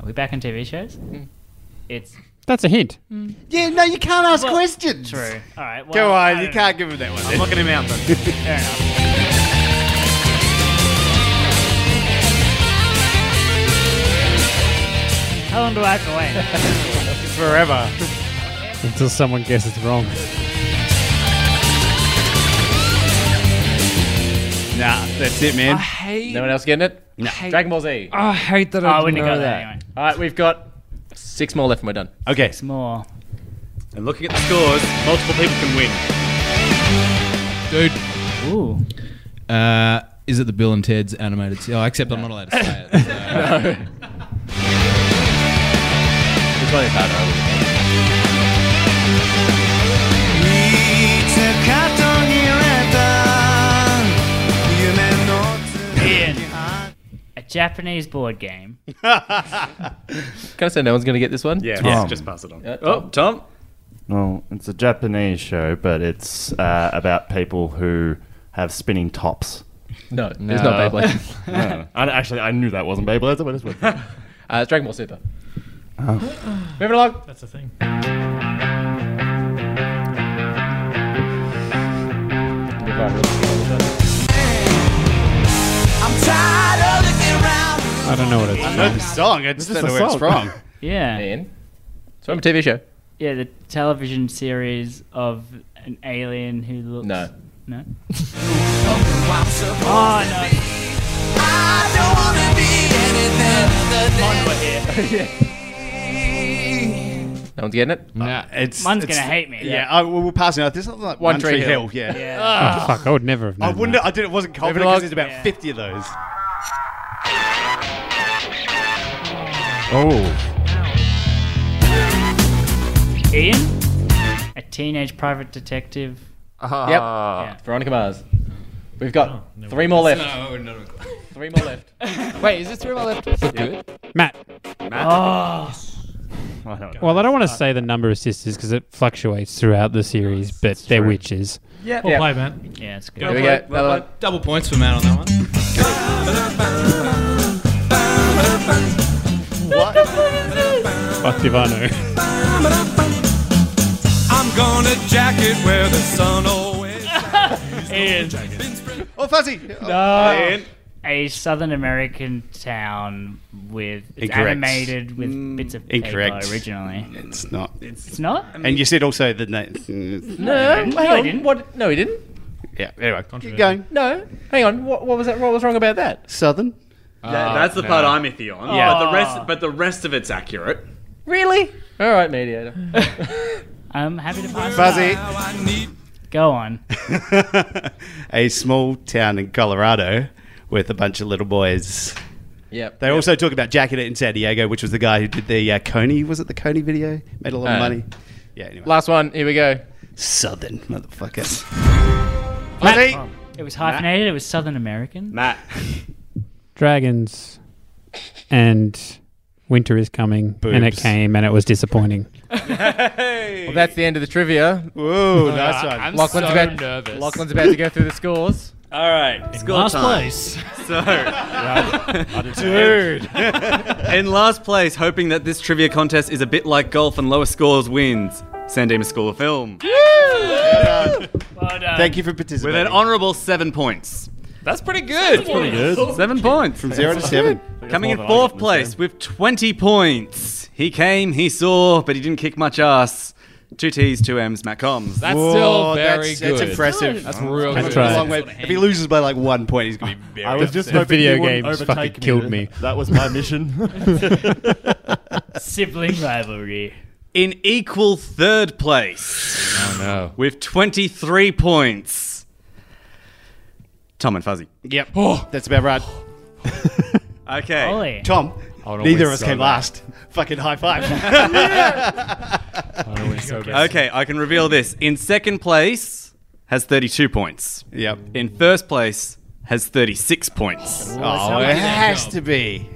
[SPEAKER 5] feedback on TV shows? It's
[SPEAKER 1] That's a hint.
[SPEAKER 2] Yeah, no, you can't ask questions.
[SPEAKER 5] True. All right. Well,
[SPEAKER 2] Go
[SPEAKER 5] I
[SPEAKER 2] on, you
[SPEAKER 5] don't
[SPEAKER 2] can't
[SPEAKER 5] know.
[SPEAKER 2] give him that one.
[SPEAKER 5] I'm looking him out then. Fair enough. How long do I have to wait?
[SPEAKER 2] Forever.
[SPEAKER 1] Until someone guesses wrong.
[SPEAKER 2] Nah, that's it, man.
[SPEAKER 7] No one else getting it? Ah.
[SPEAKER 2] No.
[SPEAKER 7] Dragon Ball Z.
[SPEAKER 6] I hate that
[SPEAKER 5] I Oh, I wouldn't know go there that. anyway.
[SPEAKER 7] All right, we've got six more left and we're done.
[SPEAKER 2] Okay.
[SPEAKER 5] Some more.
[SPEAKER 16] And looking at the scores, multiple people can win.
[SPEAKER 10] Dude.
[SPEAKER 5] Ooh.
[SPEAKER 10] Uh, is it the Bill and Ted's animated? se- Oh, except I'm not allowed to say it. so-
[SPEAKER 7] It's probably harder.
[SPEAKER 5] Ian, a Japanese board game.
[SPEAKER 7] Can I say no one's going to get this one?
[SPEAKER 16] Yeah,
[SPEAKER 11] Tom.
[SPEAKER 16] just pass it on.
[SPEAKER 7] Uh, oh, Tom.
[SPEAKER 11] Well, it's a Japanese show, but it's uh, about people who have spinning tops.
[SPEAKER 7] No, it's not Beyblade.
[SPEAKER 11] No. I, actually, I knew that wasn't Beyblade. so I just went.
[SPEAKER 7] uh, it's Dragon Ball Super.
[SPEAKER 11] Oh.
[SPEAKER 7] Moving along.
[SPEAKER 9] That's the thing.
[SPEAKER 1] I don't know what it's
[SPEAKER 2] No song. I just
[SPEAKER 11] This is
[SPEAKER 2] don't know
[SPEAKER 11] a
[SPEAKER 2] where it's
[SPEAKER 11] song.
[SPEAKER 2] from.
[SPEAKER 5] Yeah.
[SPEAKER 7] Ian. It's from a TV show.
[SPEAKER 5] Yeah, the television series of an alien who looks.
[SPEAKER 7] No.
[SPEAKER 5] No? oh, no.
[SPEAKER 7] No one's getting it.
[SPEAKER 10] Nah.
[SPEAKER 2] It's
[SPEAKER 5] One's
[SPEAKER 2] it's-
[SPEAKER 5] gonna hate me.
[SPEAKER 2] Yeah, I, we'll we'll pass it out. This is like One, Tree, Hill. Yeah.
[SPEAKER 5] Yeah.
[SPEAKER 1] Oh, fuck, I would never have known.
[SPEAKER 2] I wouldn't. I did. It wasn't confident
[SPEAKER 7] along.
[SPEAKER 2] because there's about
[SPEAKER 5] Yeah.
[SPEAKER 2] fifty of those.
[SPEAKER 11] Oh.
[SPEAKER 5] Ian? A teenage private detective.
[SPEAKER 7] Yep.
[SPEAKER 5] Yeah.
[SPEAKER 7] Veronica Mars. We've got
[SPEAKER 9] Oh, no
[SPEAKER 7] three more left.
[SPEAKER 10] no, no, no.
[SPEAKER 7] Three more left.
[SPEAKER 6] Wait, is this three on my left? Good.
[SPEAKER 1] that. Matt.
[SPEAKER 5] Oh,
[SPEAKER 1] Ah. Well, I don't want to say the number of sisters because it fluctuates throughout the series, but they're witches.
[SPEAKER 7] yeah.
[SPEAKER 9] Well played, man.
[SPEAKER 5] yeah, it's good.
[SPEAKER 7] Here we go. Another one.
[SPEAKER 10] Double points for Matt on that one.
[SPEAKER 1] Fuck if I know.
[SPEAKER 16] I'm gonna jacket where the sun always.
[SPEAKER 5] Ian.
[SPEAKER 2] Oh, fuzzy.
[SPEAKER 16] Ian.
[SPEAKER 5] A Southern American town with it's
[SPEAKER 2] Incorrect.
[SPEAKER 5] animated with bits of paper
[SPEAKER 2] incorrect.
[SPEAKER 5] originally.
[SPEAKER 2] It's not. It's,
[SPEAKER 5] It's not.
[SPEAKER 2] and you said also the name.
[SPEAKER 7] No, hang
[SPEAKER 5] I
[SPEAKER 7] on.
[SPEAKER 5] didn't.
[SPEAKER 7] What? No, he didn't.
[SPEAKER 2] Yeah. Anyway, keep going.
[SPEAKER 7] No, hang on. What, what was that? What was wrong about that?
[SPEAKER 2] Southern.
[SPEAKER 16] Yeah, that's the part I'm iffy on. Yeah, but the
[SPEAKER 5] Aw.
[SPEAKER 16] rest, but the rest of it's accurate.
[SPEAKER 7] Really? All right, mediator.
[SPEAKER 5] I'm happy to pass. it
[SPEAKER 2] Fuzzy.
[SPEAKER 5] on. Go on.
[SPEAKER 2] a small town in Colorado with a bunch of little boys.
[SPEAKER 7] yep.
[SPEAKER 2] They also talk about Jacket It in San Diego, which was the guy who did the uh, Coney. Was it the Coney video? Made a lot of
[SPEAKER 7] Uh,
[SPEAKER 2] money. Yeah. Anyway.
[SPEAKER 7] Last one. Here we go.
[SPEAKER 2] Southern motherfuckers.
[SPEAKER 5] Matt. It was hyphenated. It was Southern American.
[SPEAKER 16] Matt,
[SPEAKER 1] Dragons and Winter is Coming, and it
[SPEAKER 2] Boobs.
[SPEAKER 1] came, and it was disappointing.
[SPEAKER 7] Well, that's the end of the trivia.
[SPEAKER 2] Whoa, nice one.
[SPEAKER 6] I'm
[SPEAKER 7] Lachlan's
[SPEAKER 6] so
[SPEAKER 7] about-
[SPEAKER 6] nervous.
[SPEAKER 7] Lachlan's about to go through the scores.
[SPEAKER 16] all right, score
[SPEAKER 9] Last
[SPEAKER 16] time.
[SPEAKER 9] place.
[SPEAKER 16] So,
[SPEAKER 2] Dude.
[SPEAKER 8] In last place, hoping that this trivia contest is a bit like golf and lower scores wins. San Dimas School of Film.
[SPEAKER 5] Well done.
[SPEAKER 2] Thank you for
[SPEAKER 8] With
[SPEAKER 2] participating.
[SPEAKER 8] an honourable seven points.
[SPEAKER 6] That's pretty good.
[SPEAKER 8] Seven points.
[SPEAKER 2] From zero to seven.
[SPEAKER 8] Coming in fourth place with 20 points. He came, he saw, but he didn't kick much ass. Two T's, two M's, Matt Combs.
[SPEAKER 6] That's
[SPEAKER 2] Whoa,
[SPEAKER 6] still
[SPEAKER 2] Oh, that's-
[SPEAKER 6] very
[SPEAKER 2] that's
[SPEAKER 6] good.
[SPEAKER 2] impressive.
[SPEAKER 6] That's real
[SPEAKER 1] That's
[SPEAKER 6] good.
[SPEAKER 1] right.
[SPEAKER 2] Long way- If he loses by like one point, he's going to be
[SPEAKER 11] I
[SPEAKER 2] very
[SPEAKER 11] was just
[SPEAKER 1] The
[SPEAKER 11] hoping
[SPEAKER 1] video
[SPEAKER 11] you wouldn't
[SPEAKER 1] games
[SPEAKER 11] overtake
[SPEAKER 1] fucking killed me.
[SPEAKER 11] That was my mission.
[SPEAKER 5] Sibling rivalry.
[SPEAKER 8] In equal third place
[SPEAKER 6] Oh no.
[SPEAKER 8] with 23 points. Tom and Fuzzy.
[SPEAKER 2] Yep. That's about right.
[SPEAKER 8] Okay.
[SPEAKER 5] Holy.
[SPEAKER 2] Tom,
[SPEAKER 6] Hold on,
[SPEAKER 2] neither
[SPEAKER 6] wait,
[SPEAKER 2] of us
[SPEAKER 6] so
[SPEAKER 2] came
[SPEAKER 6] bad.
[SPEAKER 2] last. Fucking high five.
[SPEAKER 8] Okay, I can reveal this. In second place has 32 points.
[SPEAKER 2] yep.
[SPEAKER 8] In first place has 36 points.
[SPEAKER 2] Oh, it has to be.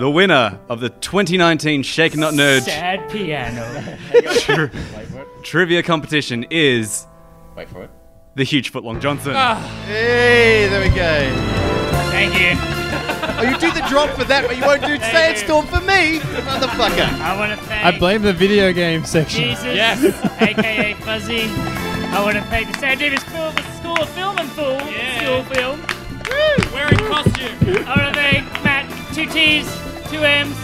[SPEAKER 8] The winner of the 2019 Shake Not Nerd
[SPEAKER 5] Sad piano.
[SPEAKER 8] trivia competition is
[SPEAKER 7] Wait for it.
[SPEAKER 5] Ah.
[SPEAKER 8] the huge footlong Johnson.
[SPEAKER 2] Hey, there we go.
[SPEAKER 5] Thank you.
[SPEAKER 2] Oh, you do the drop for that, but you won't do Sandstorm for me, motherfucker.
[SPEAKER 5] I want to thank
[SPEAKER 1] I blame the video game section.
[SPEAKER 5] Jesus, aka Fuzzy. I want to thank the San Dimas School, the School of Film and Fool, School of Film. Woo! Wearing costume. I want to thank Matt, two T's, two M's.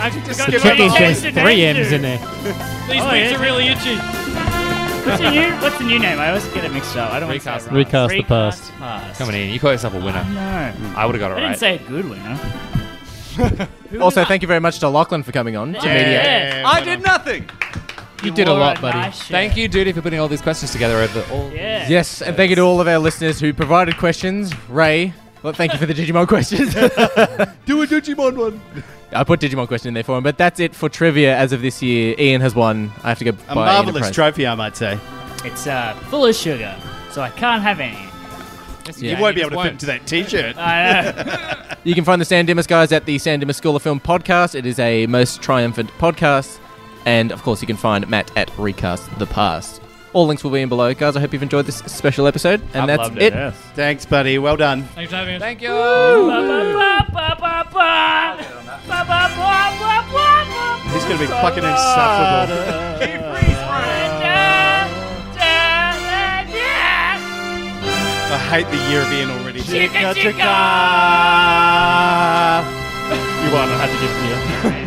[SPEAKER 5] I've
[SPEAKER 9] Just
[SPEAKER 5] got
[SPEAKER 9] skip
[SPEAKER 5] three
[SPEAKER 9] it. These days,
[SPEAKER 5] M's to
[SPEAKER 9] three
[SPEAKER 5] dance
[SPEAKER 9] M's
[SPEAKER 5] to.
[SPEAKER 9] in there. These
[SPEAKER 5] Oh,
[SPEAKER 9] things
[SPEAKER 5] yeah.
[SPEAKER 9] are really itchy.
[SPEAKER 5] What's the new? What's the new name? I always get it mixed up. I don't want to say it wrong.
[SPEAKER 6] Recast
[SPEAKER 5] Recast
[SPEAKER 6] the
[SPEAKER 5] past.
[SPEAKER 6] Coming in, you call yourself a winner.
[SPEAKER 5] no.
[SPEAKER 6] I would have got it
[SPEAKER 5] I didn't
[SPEAKER 6] right.
[SPEAKER 5] say a good winner.
[SPEAKER 7] also, thank you very much to Lachlan for coming on to
[SPEAKER 5] Yeah.
[SPEAKER 7] mediate.
[SPEAKER 5] Yeah.
[SPEAKER 8] I did nothing.
[SPEAKER 7] You did a lot, buddy.
[SPEAKER 6] Thank you, Duty, for putting all these questions together over all.
[SPEAKER 5] Yeah.
[SPEAKER 7] Yes, and thank you to all of our listeners who provided questions. Ray, well, thank you for the Digimon questions. Do a Digimon one. I put Digimon question in there for him, but that's it for trivia as of this year. Ian has won. I have to go buy
[SPEAKER 2] A
[SPEAKER 7] Ian
[SPEAKER 2] marvelous
[SPEAKER 7] prize.
[SPEAKER 2] trophy, I might say.
[SPEAKER 5] It's uh, full of sugar, so I can't have any.
[SPEAKER 7] Yeah.
[SPEAKER 2] You won't be able to fit into that T-shirt.
[SPEAKER 5] I uh, know.
[SPEAKER 7] You can find the San Dimas guys at the San Dimas School of Film podcast. It is a most triumphant podcast. And of course, you can find Matt at Recast the Past. All links will be in below. Guys, I hope you've enjoyed this special episode. And that's it.
[SPEAKER 2] Thanks, buddy. Well done.
[SPEAKER 9] Thanks for having us.
[SPEAKER 6] Thank
[SPEAKER 2] He's going to be fucking insufferable. I hate the year of Ian already.
[SPEAKER 5] Chica,
[SPEAKER 2] You won. I had to give it to you.